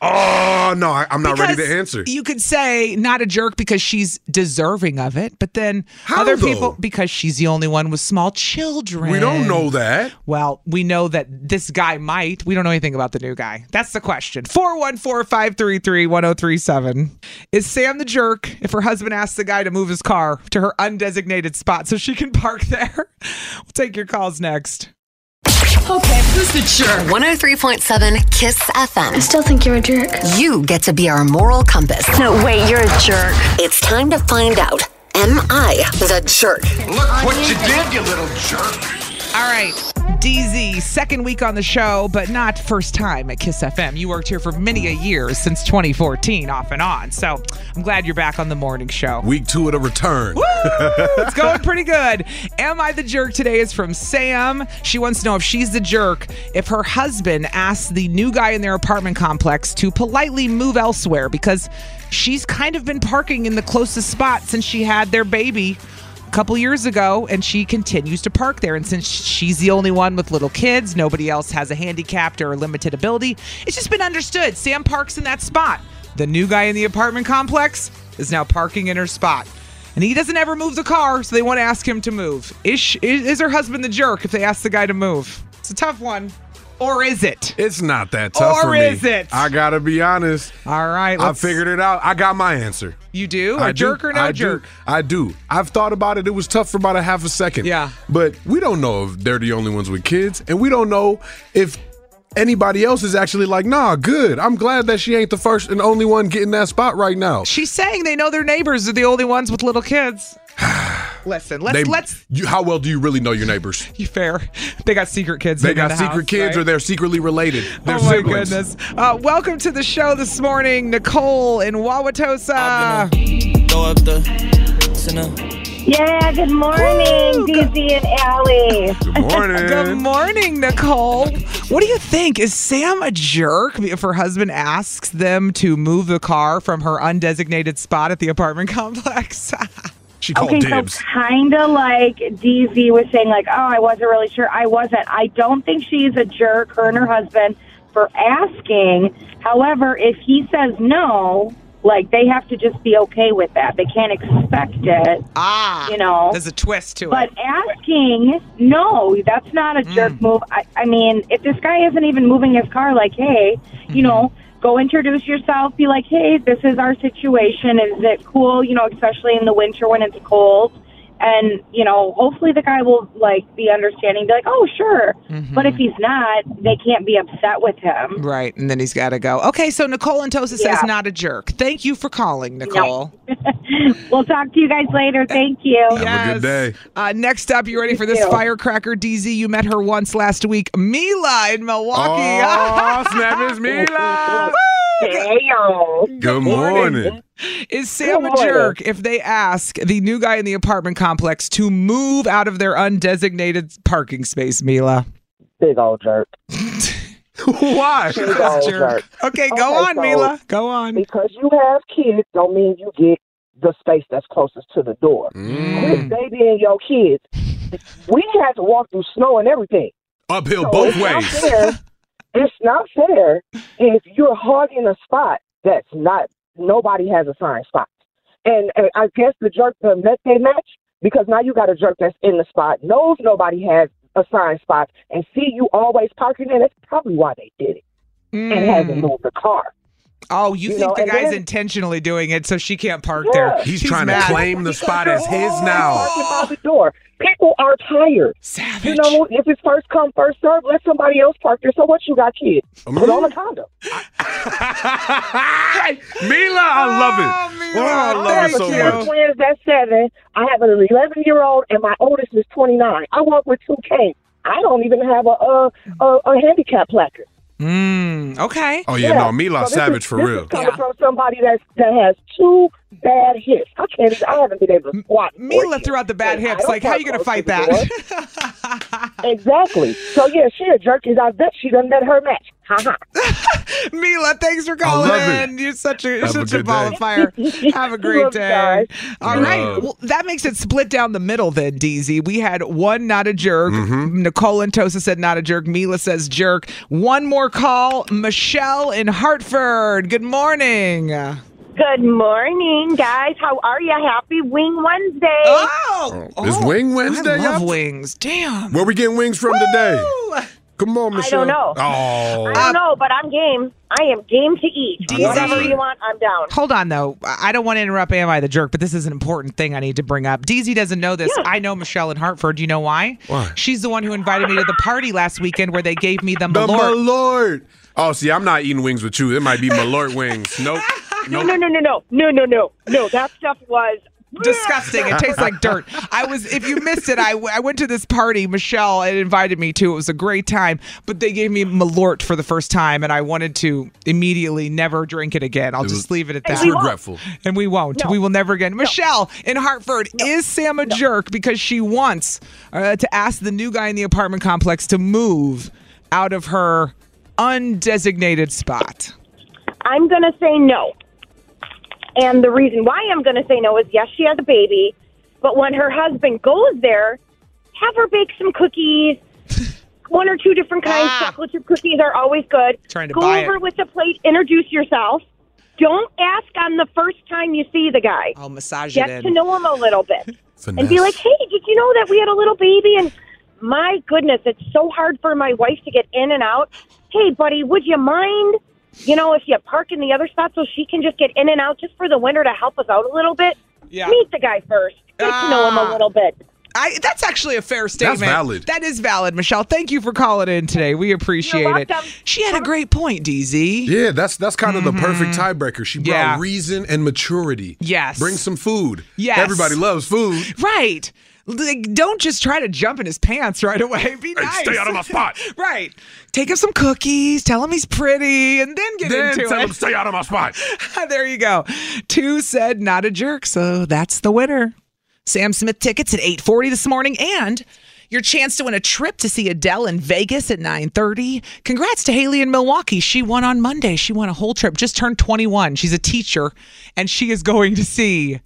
S4: Oh no, I, I'm not ready
S3: Because
S4: to answer.
S3: You could say not a jerk because she's deserving of it, but then
S4: How,
S3: other
S4: though?
S3: people because she's the only one with small children.
S4: We don't know that.
S3: Well, we know that this guy might. We don't know anything about the new guy. That's the question. 414-533-1037. Is Sam the jerk if her husband asks the guy to move his car to her undesignated spot so she can park there? we'll take your calls next.
S2: Okay, who's the jerk? 103.7 Kiss FM. I still think you're a jerk. You get to be our moral compass. No, wait, you're a jerk. It's time to find out. Am I the jerk?
S10: Look what you did, you little jerk.
S3: All right. DZ, second week on the show, but not first time at Kiss FM. You worked here for many a year since 2014, off and on. So I'm glad you're back on the morning show.
S4: Week two of the return.
S3: It's going pretty good. Am I the jerk today is from Sam. She wants to know if she's the jerk if her husband asks the new guy in their apartment complex to politely move elsewhere because she's kind of been parking in the closest spot since she had their baby a couple years ago and she continues to park there and since she's the only one with little kids nobody else has a handicapped or limited ability it's just been understood sam parks in that spot the new guy in the apartment complex is now parking in her spot and he doesn't ever move the car so they want to ask him to move is, she, is is her husband the jerk if they ask the guy to move it's a tough one or is it
S4: It's not that tough
S3: Or
S4: for me.
S3: is it?
S4: I gotta be honest.
S3: All right,
S4: I
S3: let's-
S4: figured it out. I got my answer.
S3: you do
S4: I
S3: a
S4: do.
S3: jerk or no
S4: I do.
S3: jerk
S4: I do. I've thought about it. It was tough for about a half a second. Yeah. But we don't know if they're the only ones with kids, and we don't know if anybody else is actually like, nah, good. I'm glad that she ain't the first and only one getting that spot right now.
S3: she's saying they know their neighbors are the only ones with little kids listen let's
S4: They-
S3: let's
S4: You, how well do you really know your neighbors?
S3: You fair. They got secret kids.
S4: They
S3: living in
S4: got
S3: the
S4: secret
S3: house,
S4: kids,
S3: right?
S4: or they're secretly related. They're
S3: oh my
S4: siblings.
S3: goodness. Uh, welcome to the show this morning, Nicole in Wauwatosa.
S12: Throw up the sinner.
S5: Yeah, good morning, DZ and Allie.
S4: Good morning.
S3: Good morning, Nicole. What do you think? Is Sam a jerk if her husband asks them to move the car from her undesignated spot at the apartment complex?
S4: she
S5: okay, so kind of like DZ was saying, like, oh, I wasn't really sure. I wasn't. I don't think she's a jerk, her and her husband, for asking. However, if he says no, like, they have to just be okay with that. They can't expect it.
S3: Ah,
S5: you know.
S3: There's a twist to
S5: But
S3: it.
S5: asking, no, that's not a jerk move. I, I mean, if this guy isn't even moving his car, like, hey, you know, go introduce yourself, be like, hey, this is our situation. Is it cool? You know, especially in the winter when it's cold. And, you know, hopefully the guy will, like, be understanding, be like, oh, sure. But if he's not, they can't be upset with him.
S3: Right. And then he's got to go. Okay. So Nicole and Tosa
S5: Yeah.
S3: says, not a jerk. Thank you for calling, Nicole.
S5: We'll talk to you guys later. Thank you.
S3: Yes. Uh, next up, you ready for this
S5: You too.
S3: firecracker, DZ? You met her once last week. Mila in Milwaukee.
S4: Oh, snap, it's Mila.
S5: Hey, y'all.
S4: Good morning.
S3: Is Sam a
S4: morning.
S3: jerk if they ask the new guy in the apartment complex to move out of their undesignated parking space, Mila?
S11: Big old jerk.
S3: Why?
S11: Big old jerk. Oh
S3: Okay, go on, Mila. Go on.
S11: Because you have kids don't mean you get the space that's closest to the door. Quit babying your kids. We had to walk through snow and everything.
S4: Uphill
S11: So
S4: both
S11: it's
S3: Oh,
S11: not
S4: ways.
S11: fair- it's not fair if you're hogging a spot that's not nobody has assigned spot. And, and I guess the jerk the met they match because now you got a jerk that's in the spot knows nobody has assigned spots and see you always parking in. That's probably why they did it and hasn't moved the car.
S3: Hmm. Oh, you,
S11: You
S3: think
S11: know,
S3: the
S11: and
S3: guy's
S11: then-
S3: intentionally doing it so she can't park
S11: Yeah.
S3: there?
S11: He's
S3: She's
S4: trying to
S3: mad.
S4: claim the spot as his
S11: Parking by the door. People are tired.
S3: Savage.
S11: You know, if it's first come, first serve, let somebody else park there. So what? You got kids. Put on a condom.
S4: Mila, I love it. Oh, I love it so
S11: I have
S4: much.
S11: twins that's seven. I have an 11 year old, and my oldest is 29. I walk with two canes. I don't even have a a, a, a handicap placard.
S3: Mm, okay.
S4: Oh yeah, no, Mila
S11: So this
S4: savage
S11: is-
S4: for
S11: this
S4: real.
S11: Is coming from somebody that's, that has two bad hips. I can't. even- I haven't been able to squat. for
S3: Mila
S11: years.
S3: threw out the bad
S11: And I
S3: hips.
S11: don't
S3: Like, how
S11: park
S3: you going to
S11: close
S3: fight
S11: the
S3: that?
S11: door. exactly. So yeah, she a jerk. Is I bet she done met her match. Ha ha.
S3: Mila, thanks for calling
S11: love it.
S3: in. You're such a you're
S11: Have a
S3: such a,
S11: good
S3: ball
S11: day.
S3: of fire. Have a great
S11: Love you
S3: day. All
S11: Love.
S3: right. Well, that makes it split down the middle then, DZ. We had one not a jerk. Nicole and Tosa said not a jerk. Mila says jerk. One more call. Michelle in Hartford. Good morning.
S13: Good morning, guys. How are you? Happy Wing Wednesday.
S3: Oh,
S4: It's Wing Wednesday.
S3: I love
S4: y'all?
S3: wings. Damn.
S4: Where we getting wings from today? Come on, Michelle.
S13: don't know.
S4: Oh,
S13: I don't know, but I'm game. I am game to eat.
S3: DZ.
S13: Whatever you want, I'm down.
S3: Hold on, though. I I don't want to interrupt Am I the Jerk, but this is an important thing I need to bring up. DZ doesn't know this. I know Michelle in Hartford. You know why?
S4: Why?
S3: She's the one who invited me to the party last weekend where they gave me the
S4: the
S3: Malort.
S4: Malort. Oh, see, I'm not eating wings with you. It might be Malort wings. Nope.
S13: No, no, no, no, no, no, no, no, no. That stuff was
S3: Disgusting. It tastes like dirt. I was, if you missed it, I, w- I went to this party. Michelle had invited me to. It was a great time, but they gave me Malort for the first time, and I wanted to immediately never drink it again. I'll just leave it at that.
S4: It's regretful.
S3: And we won't. We will never again. Michelle in Hartford, is Sam a jerk because she wants uh, to ask the new guy in the apartment complex to move out of her undesignated spot?
S13: I'm going to say no. And the reason why I'm going to say no is yes, she has a baby, but when her husband goes there, have her bake some cookies. One or two different kinds. Chocolate chip cookies are always good.
S3: Ah. Trying to
S13: Go
S3: buy
S13: over
S3: it.
S13: with a plate, introduce yourself. Don't ask on the first time you see the guy.
S3: I'll massage
S13: Get
S3: it in.
S13: to know him a little bit. and be
S3: Finesse.
S13: like, hey, did you know that we had a little baby? And my goodness, it's so hard for my wife to get in and out. Hey, buddy, would you mind, you know, if you park in the other spot so she can just get in and out just for the winter to help us out a little bit?
S3: Yeah.
S13: Meet the guy first. Get to know him
S3: Ah.
S13: a little bit.
S3: I, that's actually a fair statement.
S4: valid.
S3: That is valid, Michelle. Thank you for calling in today. We appreciate it. She had a great point, Mm-hmm. DZ.
S4: Yeah, that's that's kind of the perfect tiebreaker. She brought
S3: Yeah.
S4: reason and maturity.
S3: Yes.
S4: Bring some food.
S3: Yes.
S4: Everybody loves food.
S3: Right. Like, don't just try to jump in his pants right away. Be
S4: Hey,
S3: nice.
S4: stay out of my spot.
S3: right. Take him some cookies. Tell him he's pretty, and then get
S4: Then
S3: into
S4: tell
S3: it.
S4: him, "Stay out of my spot.
S3: there you go. Two said not a jerk, so that's the winner. Sam Smith tickets at eight forty this morning, and your chance to win a trip to see Adele in Vegas at nine thirty. Congrats to Haley in Milwaukee. She won on Monday. She won a whole trip. Just turned twenty one. She's a teacher, and she is going to see.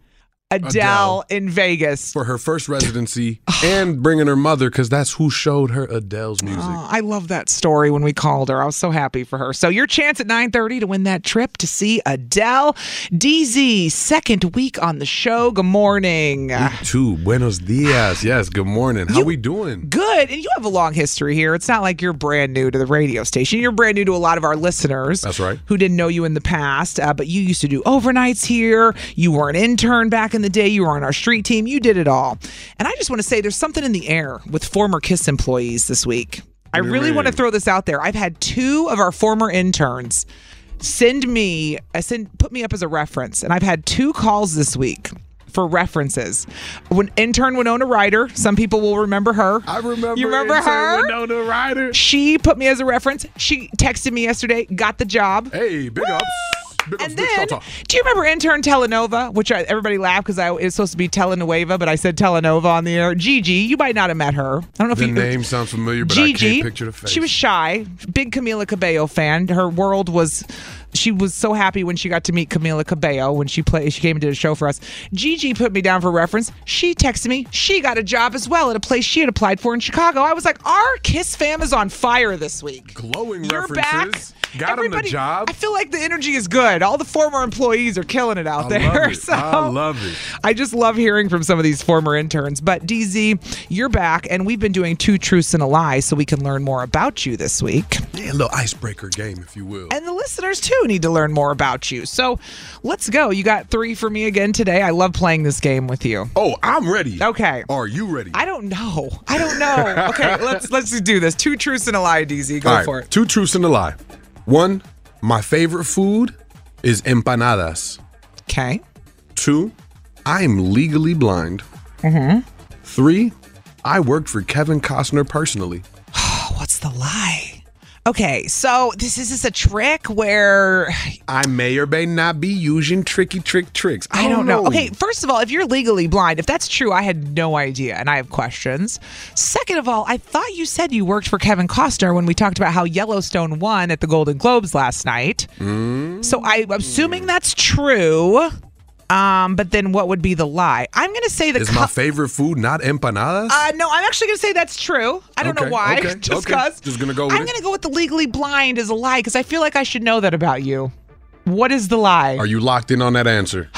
S3: Adele,
S4: Adele.
S3: in Vegas.
S4: For her first residency and bringing her mother because that's who showed her Adele's music.
S3: Oh, I love that story when we called her. I was so happy for her. So your chance at 9:30 to win that trip to see Adele. DZ second week on the show. Good morning.
S4: Two buenos dias. Yes. Good morning. How we doing?
S3: Good. And you have a long history here. It's not like you're brand new to the radio station. You're brand new to a lot of our listeners. That's
S4: right.
S3: Who didn't know you in the past, uh, but you used to do overnights here. You were an intern back in in the day, you were on our street team, you did it all. And I just want to say there's something in the air with former KISS employees this week. I
S14: do you
S3: really want to
S14: mean?
S3: throw this out there. I've had two of our former interns send me, uh, send put me up as a reference, and I've had two calls this week for references. When intern Winona Ryder, some people will remember her. I remember. You remember
S4: intern
S3: her? Winona Ryder. She put me as a reference. She texted me yesterday, got the job.
S4: Hey, big ups. Big ups, big shout out.
S3: Do you remember intern Telenova? Which I, everybody laughed because I it was supposed to be Telenueva, but I said Telenova on the air. Gigi, you might not have met her. I don't know if
S4: The
S3: you
S4: name sounds familiar, but I
S3: Gigi,
S4: can't picture the face.
S3: she was shy. Big Camila Cabello fan. Her world was. She was so happy when she got to meet Camila Cabello when she played. She came and did a show for us. Gigi put me down for reference. She texted me. She got a job as well at a place she had applied for in Chicago. I was like, our Kiss fam is on fire this week.
S4: glowing
S3: You're
S4: references. Got him the job.
S3: I feel like the energy is good. All the former employees are killing it out there.
S4: Love it.
S3: So
S4: I love it.
S3: I just love hearing from some of these former interns. But DZ, you're back, and we've been doing two truths and a lie so we can learn more about you this week.
S4: Yeah, a little icebreaker game, if you will.
S3: And the listeners too need to learn more about you. So let's go. You got three for me again today. I love playing this game with you.
S4: Oh, I'm ready.
S3: Okay.
S4: Are you ready?
S3: I don't know. I don't know. okay, let's let's do this. Two truths and a lie, DZ. Go
S4: All right,
S3: for it.
S4: Two truths and a lie. One, my favorite food is empanadas.
S3: Okay.
S4: Two, I am legally blind.
S3: Mm-hmm.
S4: Three, I worked for Kevin Costner personally.
S3: What's the lie? Okay, so this is this a trick where
S4: I may or may not be using tricky trick tricks. I,
S3: I don't know. Okay, first of all, if you're legally blind, if that's true, I had no idea and I have questions. Second of all, I thought you said you worked for Kevin Costner when we talked about how Yellowstone won at the Golden Globes last night.
S4: Mm.
S3: So I'm assuming that's true. Um, but then what would be the lie? I'm going to say the
S4: Is
S3: co-
S4: my favorite food not empanadas?
S3: uh, no, I'm actually going to say that's true. I don't
S4: Okay,
S3: know why.
S4: okay,
S3: just
S4: okay.
S3: because.
S4: Just gonna go with
S3: I'm
S4: it.
S3: going to go with the legally blind as a lie because I feel like I should know that about you. What is the lie?
S4: Are you locked in on that answer?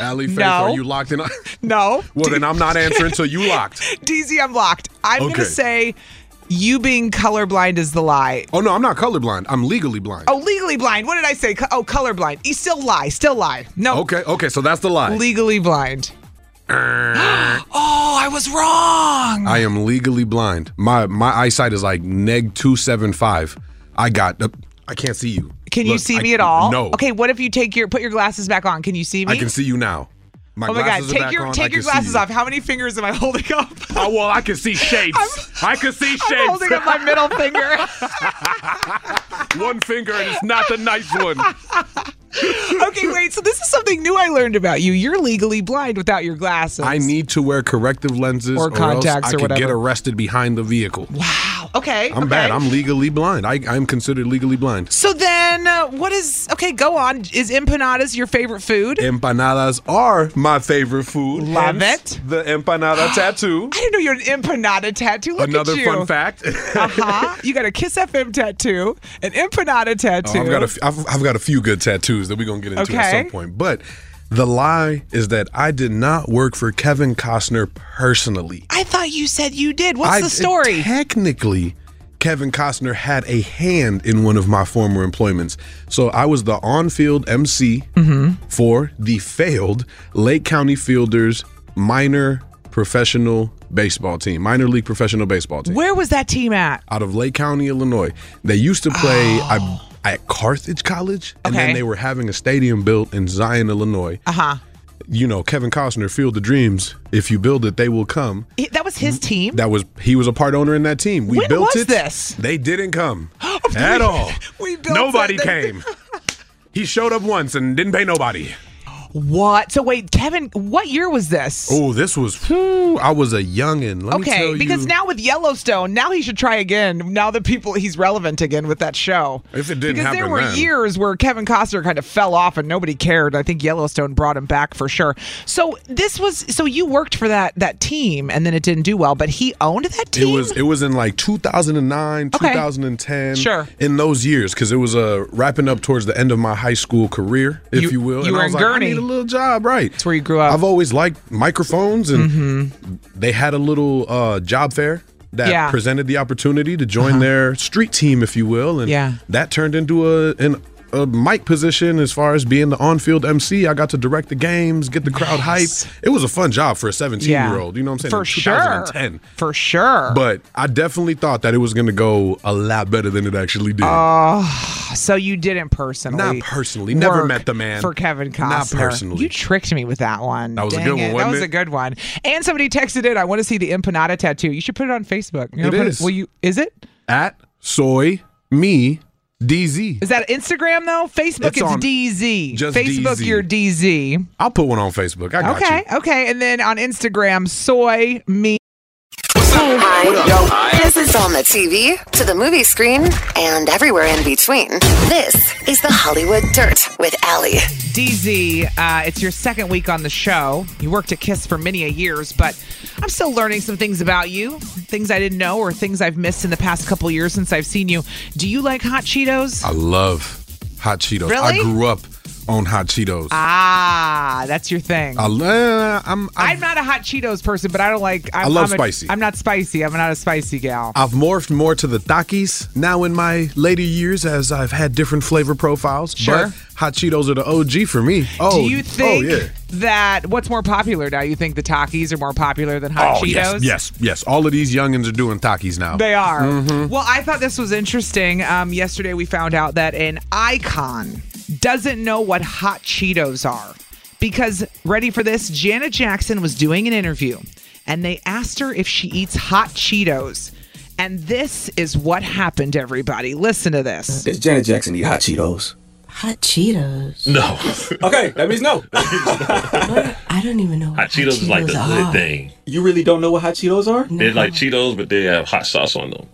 S4: Allie Faith,
S3: No.
S4: are you locked in on
S3: No.
S4: Well then I'm not answering till you locked.
S3: DZ, I'm locked. I'm going
S4: Okay.
S3: to say you being colorblind is the lie.
S4: Oh no, I'm not colorblind. I'm legally blind.
S3: Oh, legally blind. What did I say? Co- oh, colorblind. You still lie. Still lie. No.
S4: Okay, okay, so that's the lie.
S3: Legally blind.
S4: I
S3: Oh, I was wrong.
S4: am legally blind. My my eyesight is like neg two seven five. I got uh, I can't see you.
S3: Can you
S4: Look,
S3: see
S4: I-
S3: me at all?
S4: No.
S3: Okay, what if you take your put your glasses back on? Can you see me?
S4: I can see you now. My
S3: oh my god,
S4: glasses are
S3: take
S4: back
S3: your
S4: on. I
S3: take
S4: can
S3: your
S4: see
S3: glasses
S4: you.
S3: off. How many fingers am I holding up?
S4: Oh well, I can see shapes. I can see shapes.
S3: I'm holding up my middle finger.
S4: one finger and it's not the nice one.
S3: okay, wait. So this is something new I learned about you. You're legally blind without your glasses.
S4: I need to wear corrective lenses
S3: Or
S4: else
S3: contacts or
S4: I could get
S3: whatever.
S4: arrested behind the vehicle.
S3: Okay.
S4: I'm
S3: okay.
S4: bad. I'm legally blind. I, I'm considered legally blind.
S3: So then, uh, what is okay? Go on. Is empanadas your favorite food?
S4: Empanadas are my favorite food.
S3: Love
S4: hence The empanada tattoo.
S3: I didn't know you had an empanada tattoo. Look
S4: Another
S3: at you.
S4: fun fact.
S3: uh-huh. You got a Kiss FM tattoo, an empanada tattoo.
S4: Oh, I've got a f- I've, I've got a few good tattoos that we're gonna get into at
S3: Okay.
S4: some point. But the lie is that I did not work for Kevin Costner personally.
S3: I thought you said you did. What's
S4: I-
S3: the story?
S4: Technically, Kevin Costner had a hand in one of my former employments. So I was the on-field
S3: Mm-hmm.
S4: MC for the failed Lake County Fielders minor professional baseball team, minor league professional baseball team
S3: Where was that team at?
S4: out of Lake County, Illinois. They used to play I, at Carthage College, and
S3: Oh. Okay.
S4: then they were having a stadium built in Zion, Illinois.
S3: Uh huh.
S4: You know, Kevin Costner, Field of Dreams. If you build it, they will come.
S3: That was
S4: Mm-hmm.
S3: his team.
S4: That was he was a part owner in that team. We
S3: When
S4: built
S3: was
S4: it.
S3: this?
S4: They didn't come at all.
S3: We built
S4: Nobody
S3: something.
S4: came. He showed up once and didn't pay nobody.
S3: What? So wait, Kevin, what year was this?
S4: Oh, this was. whew, I was a youngin. Let me
S3: okay,
S4: tell
S3: because
S4: you,
S3: now with Yellowstone, now he should try again. Now that people he's relevant again with that show.
S4: If it didn't
S3: because there
S4: happen
S3: were
S4: then.
S3: years where Kevin Costner kind of fell off and nobody cared. I think Yellowstone brought him back for sure. So this was so you worked for that that team and then it didn't do well, but he owned that team.
S4: It was it was in like 2009,
S3: Okay.
S4: 2010.
S3: Sure.
S4: In those years, because it was uh, wrapping up towards the end of my high school career, if you, will.
S3: you
S4: and
S3: were
S4: I
S3: in
S4: was like, I
S3: Gurney.
S4: need a little job, right? That's
S3: where you grew up. Mm-hmm.
S4: I've always liked microphones, and they had a little uh, job fair that
S3: Yeah. Uh-huh.
S4: presented the opportunity to join their street team, if you will, and
S3: Yeah.
S4: that turned into a an a mic position as far as being the on-field MC. I got to direct the games, get the crowd hyped. It was a fun job for a 17-year-old. You know what I'm saying?
S3: For
S4: In
S3: sure.
S4: 2010.
S3: For sure.
S4: But I definitely thought that it was going to go a lot better than it actually did.
S3: Oh, so you didn't personally.
S4: Not personally. Never
S3: work
S4: met the man.
S3: For Kevin Costner.
S4: Not personally.
S3: You tricked me with that one.
S4: That was a
S3: Dang
S4: good one,
S3: it. That
S4: wasn't
S3: was
S4: it?
S3: a good one. And somebody texted in, I want to see the empanada tattoo. You should put it on Facebook. You're
S4: It
S3: gonna put
S4: is.
S3: will you, is it?
S4: At soy me DZ.
S3: Is that Instagram though? Facebook
S4: It's
S3: it's,
S4: on-
S3: DZ.
S4: Just
S3: Facebook
S4: DZ.
S3: your DZ.
S4: I'll put one on Facebook. I got you.
S3: okay, okay. And then on Instagram, soy me.
S2: Hi. This is on the TV, to the movie screen, and everywhere in between. This is the Hollywood Dirt with Allie.
S3: DZ, uh, it's your second week on the show. You worked at Kiss for many a years, but I'm still learning some things about you, things I didn't know or things I've missed in the past couple years since I've seen you. Do you like hot Cheetos?
S4: I love hot Cheetos. I
S3: Really?
S4: grew up on hot Cheetos.
S3: Ah, that's your thing.
S4: I love, I'm,
S3: I'm not a hot Cheetos person, but I don't like. I'm,
S4: I love
S3: I'm a-
S4: spicy.
S3: I'm not spicy. I'm not a spicy gal.
S4: I've morphed more to the Takis now in my later years as I've had different flavor profiles.
S3: Sure.
S4: But hot Cheetos are the OG for me. Oh,
S3: Do you think
S4: Oh, yeah.
S3: that what's more popular now? You think the Takis are more popular than hot
S4: oh,
S3: Cheetos?
S4: yes, yes, yes. All of these youngins are doing Takis now.
S3: They are.
S4: Mhm.
S3: Well, I thought this was interesting. Um, yesterday, we found out that an icon doesn't know what hot Cheetos are because, ready for this, Janet Jackson was doing an interview and they asked her if she eats hot Cheetos. And this is what happened, everybody. Listen to this.
S14: Does Janet Jackson eat hot Cheetos?
S15: Hot Cheetos.
S14: No. okay, that means no.
S15: I don't even know.
S16: Hot Cheetos is like the
S15: Cheetos
S16: lit
S15: are.
S16: thing.
S14: You really don't know what hot Cheetos are?
S16: They're like Cheetos, but they have hot sauce on them.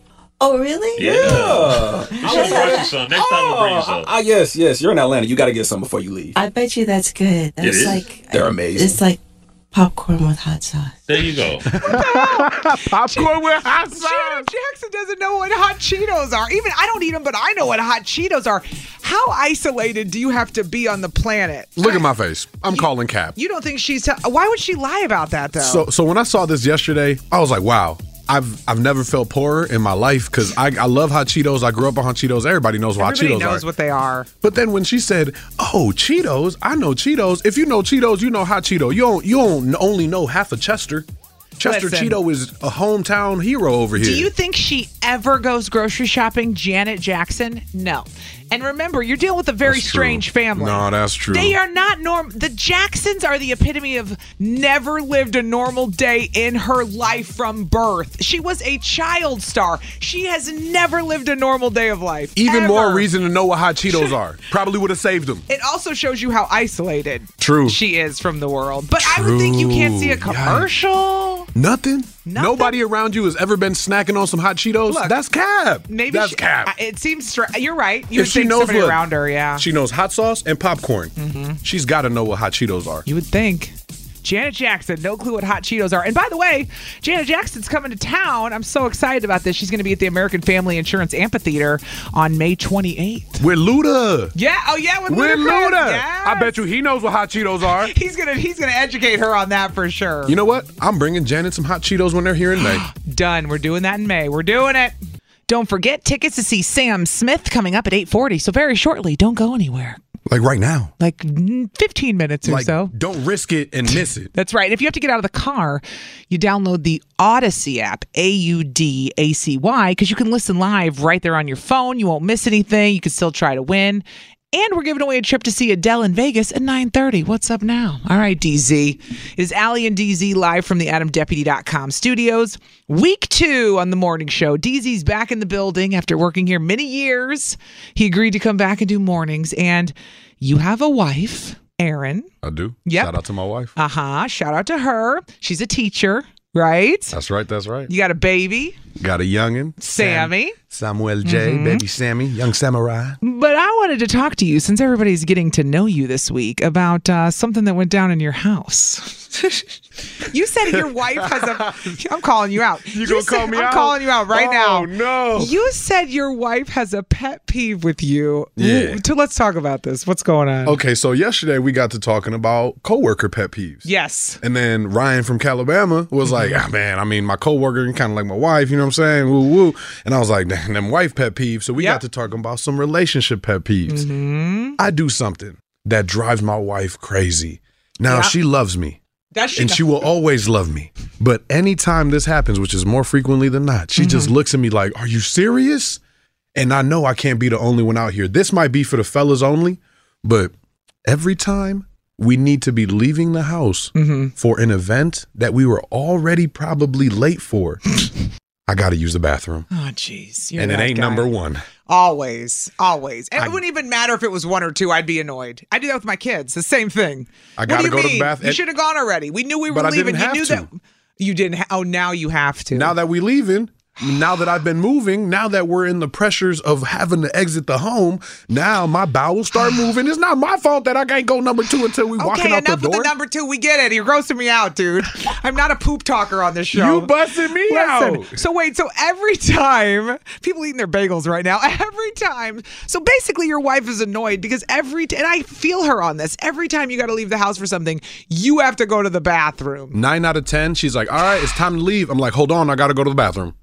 S15: Oh, really?
S16: Yeah. You should brought you some. Next time I'll bring you some.
S14: Ah, yes, yes. You're in Atlanta. You got to get some before you leave.
S15: I bet you that's good. That's
S14: is.
S15: like
S14: They're amazing.
S15: it's like popcorn with hot sauce.
S16: There you go.
S3: Popcorn with hot sauce. Janet Jackson doesn't know what hot Cheetos are. Even I don't eat them, but I know what hot Cheetos are. How isolated do you have to be on the planet?
S4: Look at my face. I'm calling Cap.
S3: You don't think she's? T- Why would she lie about that though?
S4: So so when I saw this yesterday, I was like, wow. I've I've never felt poorer in my life because I, I love hot Cheetos. I grew up on hot Cheetos. Everybody knows what
S3: Everybody
S4: hot Cheetos
S3: knows
S4: are.
S3: what they are.
S4: But then when she said, "Oh, Cheetos," I know Cheetos. If you know Cheetos, you know hot Cheeto. You don't you don't only know half of Chester. Chester
S3: Listen.
S4: Cheeto is a hometown hero over here.
S3: Do you think she ever goes grocery shopping, Janet Jackson? No. And remember, you're dealing with a very strange family.
S4: No, that's true.
S3: They are not norm. The Jacksons are the epitome of never lived a normal day in her life from birth. She was a child star. She has never lived a normal day of life.
S4: Even
S3: ever.
S4: more reason to know what hot Cheetos are. Probably would have saved them.
S3: It also shows you how isolated
S4: True.
S3: she is from the world. But I would think you can't see a
S4: True.
S3: commercial.
S4: Nothing? Nobody around you has ever been snacking on some hot Cheetos.
S3: Look,
S4: that's Cap.
S3: Maybe
S4: that's
S3: she-
S4: Cap.
S3: I- It seems str- you're right. You
S4: If
S3: would think somebody
S4: what-
S3: around her, yeah. Mm-hmm.
S4: She knows hot sauce and popcorn. She's got to know what hot Cheetos are.
S3: You would think. Janet Jackson, no clue what hot Cheetos are. And by the way, Janet Jackson's coming to town. I'm so excited about this. She's going to be at the American Family Insurance Amphitheater on May 28th.
S4: With Luda.
S3: Yeah. Oh yeah. With,
S4: With
S3: Ludacris.
S4: Luda.
S3: Yeah.
S4: I bet you he knows what hot Cheetos are.
S3: He's gonna he's gonna educate her on that for sure.
S4: You know what? I'm bringing Janet some hot Cheetos when they're here in May.
S3: Done. We're doing that in May. We're doing it. Don't forget tickets to see Sam Smith coming up at 8:40. So very shortly. Don't go anywhere.
S4: like right now.
S3: Like mm, 15 minutes or
S4: Like,
S3: so.
S4: don't risk it and miss it.
S3: That's right. And if you have to get out of the car, you download the Odyssey app, A U D A C Y, because you can listen live right there on your phone. You won't miss anything. You can still try to win. And we're giving away a trip to see Adele in Vegas at 9:30. What's up now? All right, DZ. It is Allie and DZ live from the AdamDeputy.com studios. Week two on the morning show. DZ's back in the building after working here many years. He agreed to come back and do mornings. And you have a wife, Erin.
S4: I do.
S3: Yep.
S4: Shout out to my wife.
S3: Uh huh. Shout out to her. She's a teacher, right?
S4: That's right. That's right.
S3: You got a baby,
S4: Got a youngin'.
S3: Sammy.
S4: Sam- Samuel J.
S3: Mm-hmm.
S4: Baby Sammy. Young Samurai.
S3: But I wanted to talk to you since everybody's getting to know you this week about uh, something that went down in your house. you said your wife has a. I'm calling you out.
S4: You gonna
S3: said-
S4: call me
S3: I'm
S4: out?
S3: calling you out right now.
S4: Oh, no.
S3: You said your wife has a pet peeve with you.
S4: Yeah.
S3: So let's talk about this. What's going on?
S4: Okay, so yesterday we got to talking about coworker pet peeves.
S3: Yes. Mm-hmm.
S4: And then Ryan from Calabama was like, ah, man, I mean, my coworker and kind of like my wife, you know what I'm saying? Woo woo. And I was like, damn, them wife pet peeves. So we got to talking about some relationship pet peeves.
S3: Mm-hmm.
S4: I do something that drives my wife crazy. Now
S3: Yeah.
S4: she loves me.
S3: That she
S4: and
S3: know-
S4: she will always love me. But anytime this happens, which is more frequently than not, she
S3: Mm-hmm.
S4: just looks at me like, Are you serious? And I know I can't be the only one out here. This might be for the fellas only, but every time we need to be leaving the house
S3: Mm-hmm.
S4: for an event that we were already probably late for, I got to use the bathroom.
S3: Oh, jeez. you're
S4: And it
S3: that
S4: ain't
S3: guy.
S4: number one.
S3: Always, always. And it wouldn't even matter if it was one or two. I'd be annoyed. I do that with my kids. The same thing.
S4: I
S3: What
S4: gotta
S3: do you
S4: go to the
S3: mean?
S4: bath-
S3: You should have gone already. We knew we were
S4: But I
S3: leaving.
S4: didn't have
S3: you knew
S4: to.
S3: that. You didn't. Ha- oh, now you have to.
S4: Now that we leaving, now that I've been moving, now that we're in the pressures of having to exit the home, now my bowels start moving. It's not my fault that I can't go number two until we walking
S3: okay,
S4: out the
S3: enough with
S4: door.
S3: the number two. We get it. You're grossing me out, dude. I'm not a poop talker on this show.
S4: You busting me
S3: Listen,
S4: out.
S3: So wait. So every time people eating their bagels right now, every time. So basically, your wife is annoyed because every t- and I feel her on this. Every time you got to leave the house for something, you have to go to the bathroom.
S4: Nine out of ten, she's like, "All right, it's time to leave." I'm like, "Hold on, I gotta go to the bathroom.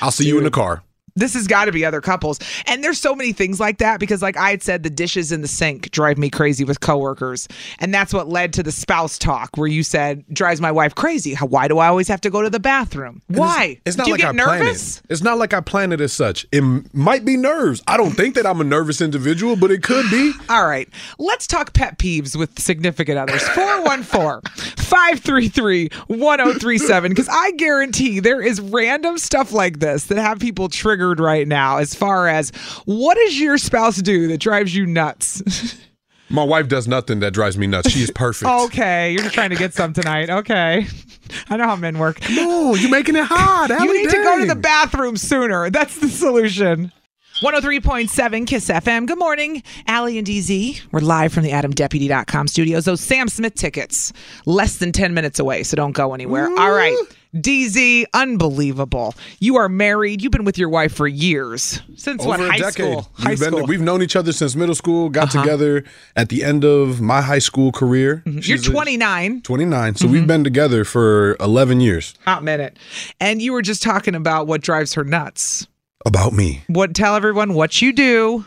S4: I'll see you in the car."
S3: This has got to be other couples. And there's so many things like that because, like I had said, the dishes in the sink drive me crazy with coworkers. And that's what led to the spouse talk where you said, drives my wife crazy. How, why do I always have to go to the bathroom?
S4: And
S3: Why?
S4: It's, it's not
S3: do you
S4: like
S3: get
S4: I planned
S3: nervous?
S4: it. It's not like I planned it as such. It m- might be nerves. I don't think that I'm a nervous individual, but it could be.
S3: All right. Let's talk pet peeves with significant others. 414 533 1037. Because I guarantee there is random stuff like this that have people triggered right now as far as what does your spouse do that drives you nuts?
S4: My wife does nothing that drives me nuts. She is perfect.
S3: Oh, Okay, you're just trying to get some tonight. Okay. I know how men work.
S4: No, you're making it hard.
S3: you
S4: Allie,
S3: need to go to the
S4: dang.
S3: bathroom sooner. That's the solution. 103.7 Kiss FM. Good morning, Allie and DZ. We're live from the AdamDeputy.com studios. Those Sam Smith tickets, less than 10 minutes away, so don't go anywhere. All right, DZ, unbelievable. You are married. You've been with your wife for years. Since what?
S4: Over a
S3: High
S4: decade.
S3: school.
S4: We've,
S3: High
S4: been-
S3: school.
S4: we've known each other since middle school, got
S3: Uh-huh. Mm-hmm.
S4: together at the end of my high school career.
S3: You're Mm-hmm.
S4: She's a-
S3: 29.
S4: 29. So we've been together for 11 years.
S3: Hot minute. And you were just talking about what drives her nuts.
S4: About me.
S3: What tell everyone what you do.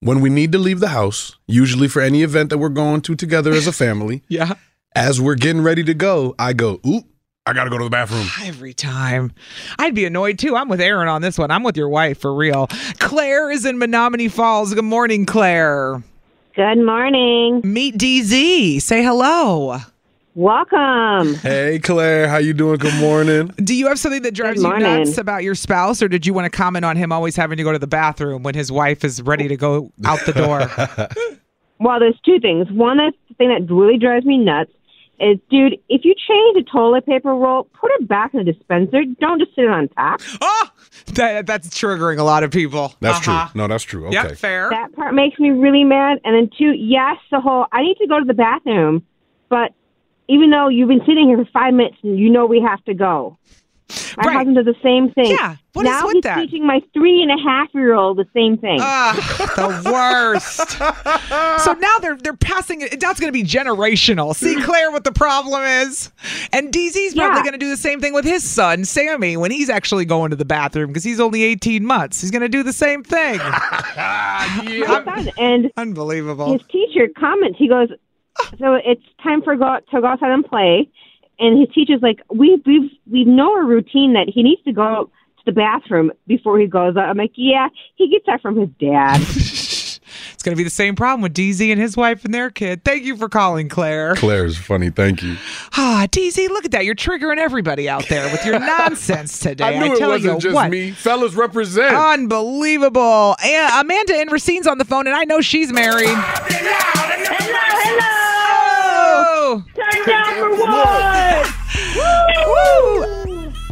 S4: When we need to leave the house, usually for any event that we're going to together as a family.
S3: yeah.
S4: As we're getting ready to go, I go, oop, I got to go to the bathroom.
S3: Every time. I'd be annoyed too. I'm with Aaron on this one. I'm with your wife for real. Claire is in Menominee Falls. Good morning, Claire.
S17: Good morning.
S3: Meet DZ. Say hello.
S17: Welcome.
S4: Hey, Claire. How you doing? Good morning.
S3: Do you have something that drives you
S17: morning.
S3: nuts about your spouse, or did you want to comment on him always having to go to the bathroom when his wife is ready to go out the door?
S17: Well, there's two things. One that's the thing that really drives me nuts is, dude, if you change the toilet paper roll, put it back in the dispenser. Don't just sit it on top.
S3: Oh, that, that's triggering a lot of people.
S4: That's
S17: Uh-huh.
S4: true. No, that's true. Okay.
S3: Yep, fair.
S17: That part makes me really mad. And then two, yes, the whole I need to go to the bathroom, but even though you've been sitting here for five minutes and you know we have to go. My husband does the same thing. Yeah.
S3: what is
S17: now
S3: with
S17: he's
S3: that? Ah.
S17: teaching my three and a half year old the same thing.
S3: the worst. so now they're they're passing it. That's going to be generational. See, Claire, what the problem is, and DZ's probably going to do the same thing with his son Sammy when he's actually going to the bathroom because he's only eighteen months. He's going to do the same thing.
S17: son, and
S3: unbelievable.
S17: His teacher comments. He goes, "So it's time for go to go outside and play." And his teacher's like, "We we we know a routine that he needs to go to the bathroom before he goes out." I'm like, "Yeah, he gets that from his dad."
S3: It's going to be the same problem with DZ and his wife and their kid. Thank you for calling, Claire.
S4: Claire's funny. Thank you.
S3: Ah, DZ, look at that. You're triggering everybody out there with your nonsense today.
S4: I knew it
S3: tell
S4: wasn't
S3: you
S4: just
S3: what.
S4: me. Fellas represent.
S3: Unbelievable. And Amanda in Racine's on the phone, and I know she's married. Hello,
S17: Turn down for
S3: what? Woo!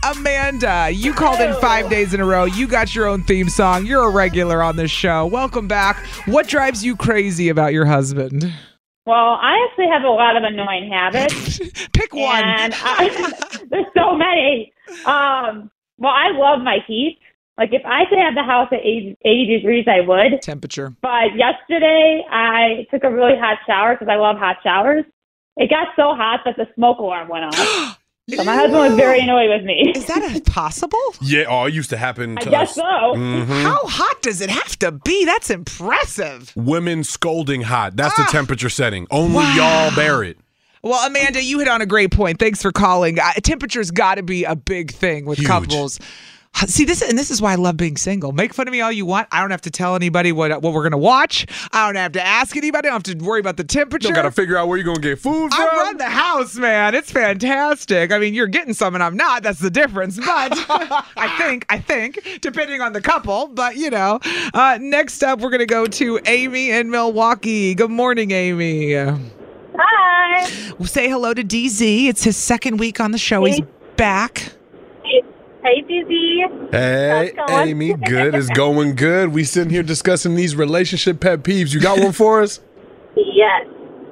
S3: Amanda, you called in five days in a row. You got your own theme song. You're a regular on this show. Welcome back. What drives you crazy about your husband?
S18: Well, I actually have a lot of annoying habits.
S3: Pick one.
S18: And I, there's so many. Um, well, I love my heat. Like, if I could have the house at 80, 80 degrees, I would.
S3: Temperature.
S18: But yesterday, I took a really hot shower because I love hot showers. It got so hot that the smoke alarm went off. So my husband was very annoyed with me.
S3: Is that possible?
S4: Yeah, oh, it used to happen.
S3: I
S4: To
S3: guess
S4: us.
S3: so.
S4: Mhm.
S3: How hot does it have to be? That's impressive.
S4: Women scolding hot. That's
S3: Ah.
S4: the temperature setting. Only y'all bear it.
S3: Well, Amanda, you hit on a great point. Thanks for calling. Uh, temperature's got to be a big thing with couples. See this, and this is why I love being single. Make fun of me all you want. I don't have to tell anybody what what we're gonna watch. I don't have to ask anybody. I don't have to worry about the temperature.
S4: You gotta figure out where you're gonna get food from.
S3: I run the house, man. It's fantastic. I mean, you're getting some and I'm not. That's the difference. But I think, I think, depending on the couple. But you know, uh, next up, we're gonna go to Amy in Milwaukee. Good morning, Amy.
S19: Hi.
S3: Say hello to DZ. It's his second week on the show. He's back.
S19: Hey, Dizzy.
S4: Hey, Amy, good. It's going good. We sitting here discussing these relationship pet peeves. You got one for us?
S19: Yes.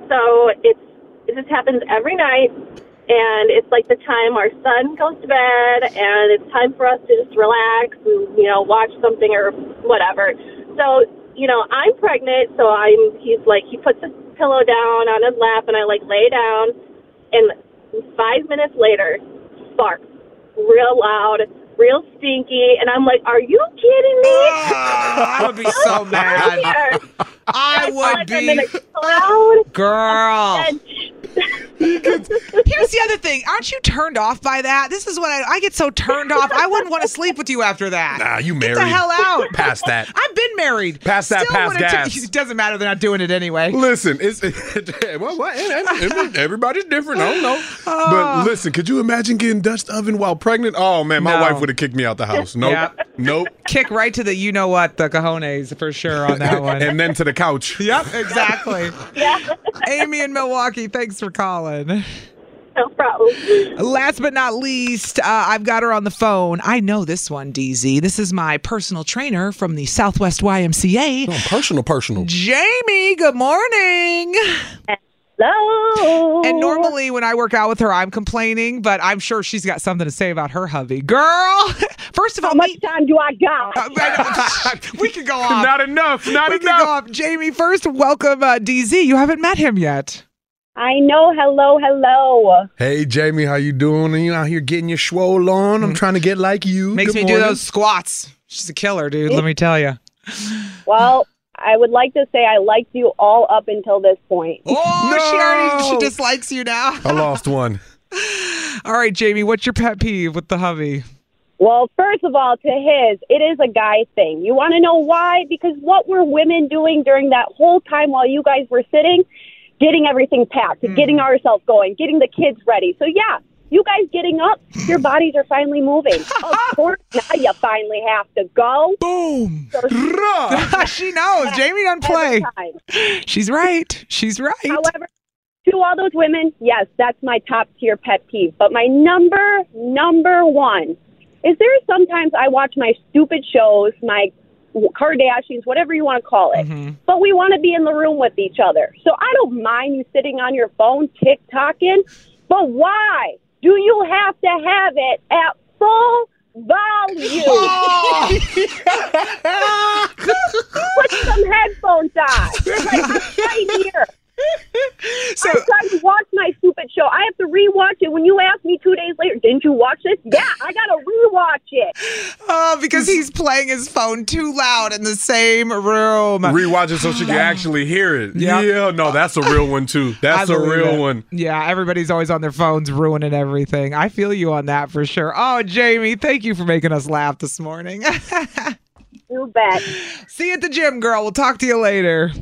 S19: So it's this happens every night, and it's like the time our son goes to bed, and it's time for us to just relax and you know watch something or whatever. So you know I'm pregnant, so I'm he's like he puts his pillow down on his lap, and I like lay down, and five minutes later, barks real loud, real stinky, and I'm like, are you kidding me?
S3: Ah, I would be so mad. I would be. Girl. Here's the other thing. Aren't you turned off by that? This is what I, I get so turned off. I wouldn't want to sleep with you after that.
S4: Nah, you
S3: Get
S4: married.
S3: the hell out.
S4: Past that.
S3: I've been married.
S4: Past that,
S3: Still
S4: past
S3: wouldn't ta-
S4: gas.
S3: it doesn't matter. They're not doing it anyway.
S4: Listen, it's well, what, and- and- and everybody's different. I don't know.
S3: Oh.
S4: But listen, could you imagine getting Dutch oven while pregnant? Oh man, my
S3: No.
S4: wife would have kicked me out the house. Nope.
S3: Yep.
S4: Nope.
S3: Kick right to the you know what, the cojones for sure on that one.
S4: and then to the couch.
S3: Yep, exactly. Amy in Milwaukee, thanks for calling.
S19: No problem.
S3: Last but not least, uh, I've got her on the phone. I know this one, DZ. This is my personal trainer from the Southwest YMCA.
S4: Oh, personal, personal.
S3: Jamie, good morning.
S19: Hello.
S3: And normally when I work out with her, I'm complaining, but I'm sure she's got something to say about her hubby. Girl, first of all, how much
S19: time do I got?
S3: we could go off.
S4: Not enough. Not
S3: we could
S4: enough.
S3: go off. Jamie, first, welcome uh, DZ. You haven't met him yet.
S19: I know. Hello, hello.
S4: Hey Jamie, how you doing? You out here getting your swole on? I'm trying to get like you.
S3: Mm-hmm. Makes
S4: Good
S3: me do
S4: morning.
S3: those squats. She's a killer, dude. Let me tell you.
S19: Well, I would like to say I liked you all up until this point.
S3: Oh, she already she dislikes you now.
S4: I lost one.
S3: All right, Jamie, what's your pet peeve with the hubby?
S19: Well, first of all, to his, it is a guy thing. You want to know why? Because what were women doing during that whole time while you guys were sitting? Getting everything packed,
S3: Hmm.
S19: getting ourselves going, getting the kids ready. So, yeah, you guys getting up, your bodies are finally moving. of course, now you finally have to go.
S3: Boom.
S19: she
S3: knows. Jamie doesn't play. She's right. She's right.
S19: However, to all those women, yes, that's my top tier pet peeve. But my number, number one is there are sometimes I watch my stupid shows, my Kardashians, whatever you want to call it, but we want to be in the room with each other. So I don't mind you sitting on your phone, TikToking, but why do you have to have it at full volume? Put some headphones on. Like, I'm right here. I'm trying to watch my stupid show. I have to rewatch it. When you ask me two days later, didn't you watch this? Yeah, I gotta rewatch it.
S3: Oh, because he's playing his phone too loud in the same room.
S4: Rewatch it so she can actually hear it.
S3: Yeah.
S4: Yeah, no, that's a real one too. That's
S3: I
S4: a
S3: believe
S4: real
S3: it.
S4: one.
S3: Yeah, everybody's always on their phones ruining everything. I feel you on that for sure. Oh, Jamie, thank you for making us laugh this morning.
S19: You bet.
S3: See you at the gym, girl. We'll talk to you later.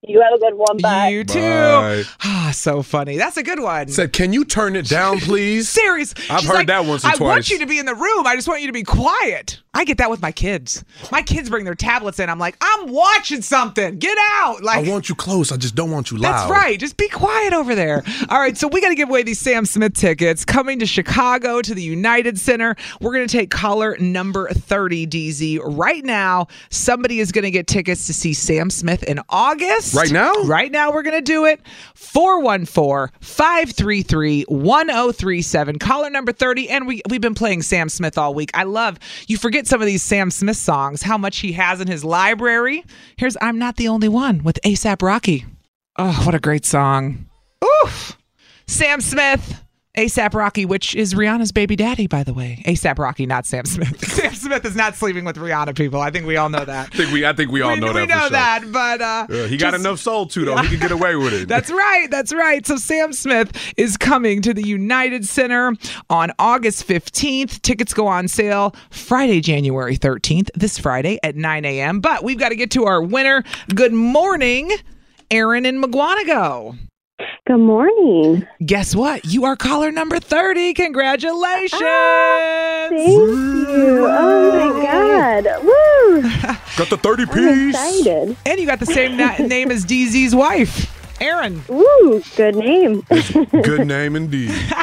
S19: You have a good one. Bye.
S3: You too.
S4: Bye.
S3: Ah, so funny. That's a good one.
S4: Said, can you turn it down, please?
S3: Serious.
S4: I've
S3: She's
S4: heard
S3: like,
S4: that once or
S3: I want
S4: twice.
S3: you to be in the room. I just want you to be quiet. I get that with my kids. My kids bring their tablets in. I'm like, I'm watching something. Get out. Like
S4: I want you close. I just don't want you loud.
S3: That's right. Just be quiet over there. All right. So we got to give away these Sam Smith tickets coming to Chicago to the United Center. We're going to take caller number 30, DZ. Right now, somebody is going to get tickets to see Sam Smith in August.
S4: Right now?
S3: Right now, we're going to do it. 414 533 1037. Caller number 30. And we, we've been playing Sam Smith all week. I love, you forget some of these Sam Smith songs, how much he has in his library. Here's I'm Not the Only One with ASAP Rocky. Oh, what a great song. Oof. Sam Smith ASAP Rocky, which is Rihanna's baby daddy, by the way. ASAP Rocky, not Sam Smith. Sam Smith is not sleeping with Rihanna, people. I think we all know that.
S4: I think we, I think we all know
S3: we
S4: that. for
S3: know
S4: sure.
S3: that, but uh,
S4: Yeah, he got
S3: just-
S4: enough soul too, though. He could get away with it.
S3: That's right. That's right. So Sam Smith is coming to the United Center on August 15th. Tickets go on sale Friday, January 13th, this Friday at 9 a.m. But we've got to get to our winner. Good morning, Aaron in McGuanago.
S20: Good morning.
S3: Guess what? You are caller number 30. Congratulations.
S20: Ah, Thank you. Oh my God. Woo.
S4: Got the 30
S20: I'm
S4: piece.
S20: excited.
S3: And you got the same na- name as DZ's wife, Aaron.
S20: Woo. Good name.
S4: Good name indeed.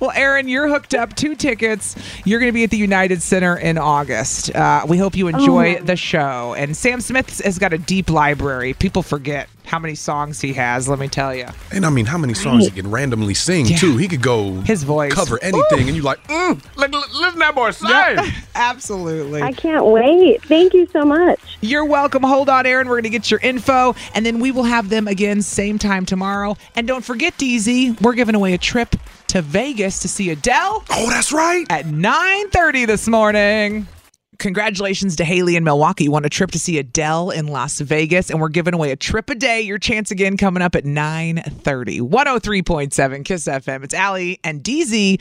S3: Well, Aaron, you're hooked up. Two tickets. You're going to be at the United Center in August. Uh, we hope you enjoy
S20: Oh.
S3: the show. And Sam Smith has got a deep library. People forget how many songs he has. Let me tell you.
S4: And I mean, how many songs he can randomly sing too? He could go his voice cover anything, and you like, mm, like li- listen to that boy sing.
S3: Absolutely.
S20: I can't wait. Thank you so much.
S3: You're welcome. Hold on, Aaron. We're going to get your info, and then we will have them again same time tomorrow. And don't forget, DZ, we're giving away a trip to Vegas to see Adele.
S4: Oh, that's right.
S3: At 9:30 this morning. Congratulations to Haley in Milwaukee. You won a trip to see Adele in Las Vegas, and we're giving away a trip a day. Your chance again coming up at 9:30. 103.7 KISS FM. It's Allie and DZ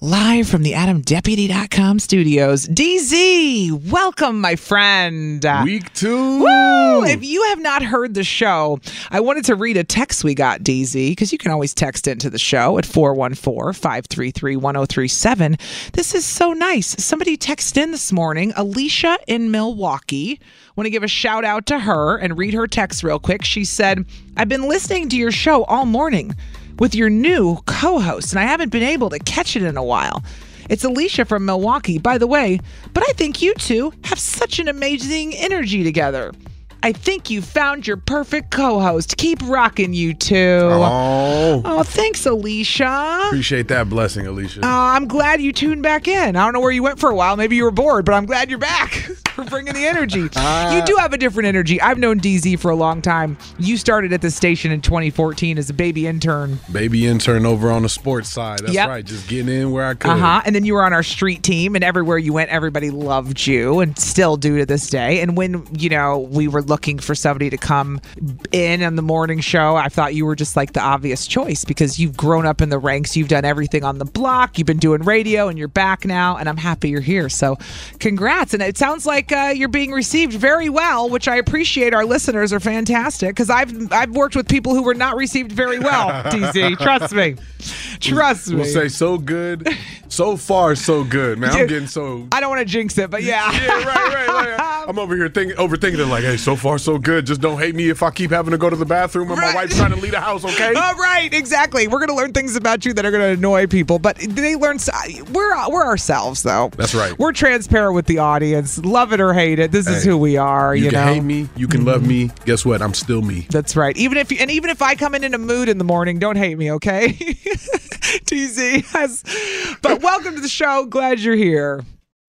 S3: live from the AdamDeputy.com studios. DZ, welcome, my friend.
S4: Week two.
S3: Woo! If you have not heard the show, I wanted to read a text we got, DZ, because you can always text into the show at 414 533 1037. This is so nice. Somebody texted in this morning, Alicia in Milwaukee. Want to give a shout out to her and read her text real quick. She said, I've been listening to your show all morning with your new co host, and I haven't been able to catch it in a while. It's Alicia from Milwaukee, by the way, but I think you two have such an amazing energy together. I think you found your perfect co host. Keep rocking, you two.
S4: Oh.
S3: Oh, thanks, Alicia.
S4: Appreciate that blessing, Alicia.
S3: Uh, I'm glad you tuned back in. I don't know where you went for a while. Maybe you were bored, but I'm glad you're back for bringing the energy. you do have a different energy. I've known DZ for a long time. You started at the station in 2014 as a baby intern.
S4: Baby intern over on the sports side. That's
S3: Yep.
S4: right. Just getting in where I could.
S3: Uh huh. And then you were on our street team, and everywhere you went, everybody loved you and still do to this day. And when, you know, we were looking for somebody to come in on the morning show, I thought you were just like the obvious choice because you've grown up in the ranks. You've done everything on the block. You've been doing radio, and you're back now. And I'm happy you're here. So congrats. And it sounds like uh, you're being received very well, which I appreciate. Our listeners are fantastic because I've, I've worked with people who were not received very well, DZ. Trust me. Trust me.
S4: We'll say so good. So far, so good, man. I'm
S3: Dude.
S4: getting so.
S3: I don't want to jinx it, but yeah.
S4: yeah, right, right, right. I'm over here thinking, overthinking it. Like, hey, so far, so good. Just don't hate me if I keep having to go to the bathroom and my wife's trying to leave the house. Okay.
S3: Oh, right, exactly. We're gonna learn things about you that are gonna annoy people, but they learn. s- We're we're ourselves though.
S4: That's right.
S3: We're transparent with the audience. Love it or hate it, this is
S4: Hey,
S3: who we are. You,
S4: You, can
S3: know.
S4: hate me. You can love me. Guess what? I'm still me.
S3: That's right. Even if you, and even if I come in in a mood in the morning, don't hate me, okay? TZ has. But welcome to the show. Glad you're here.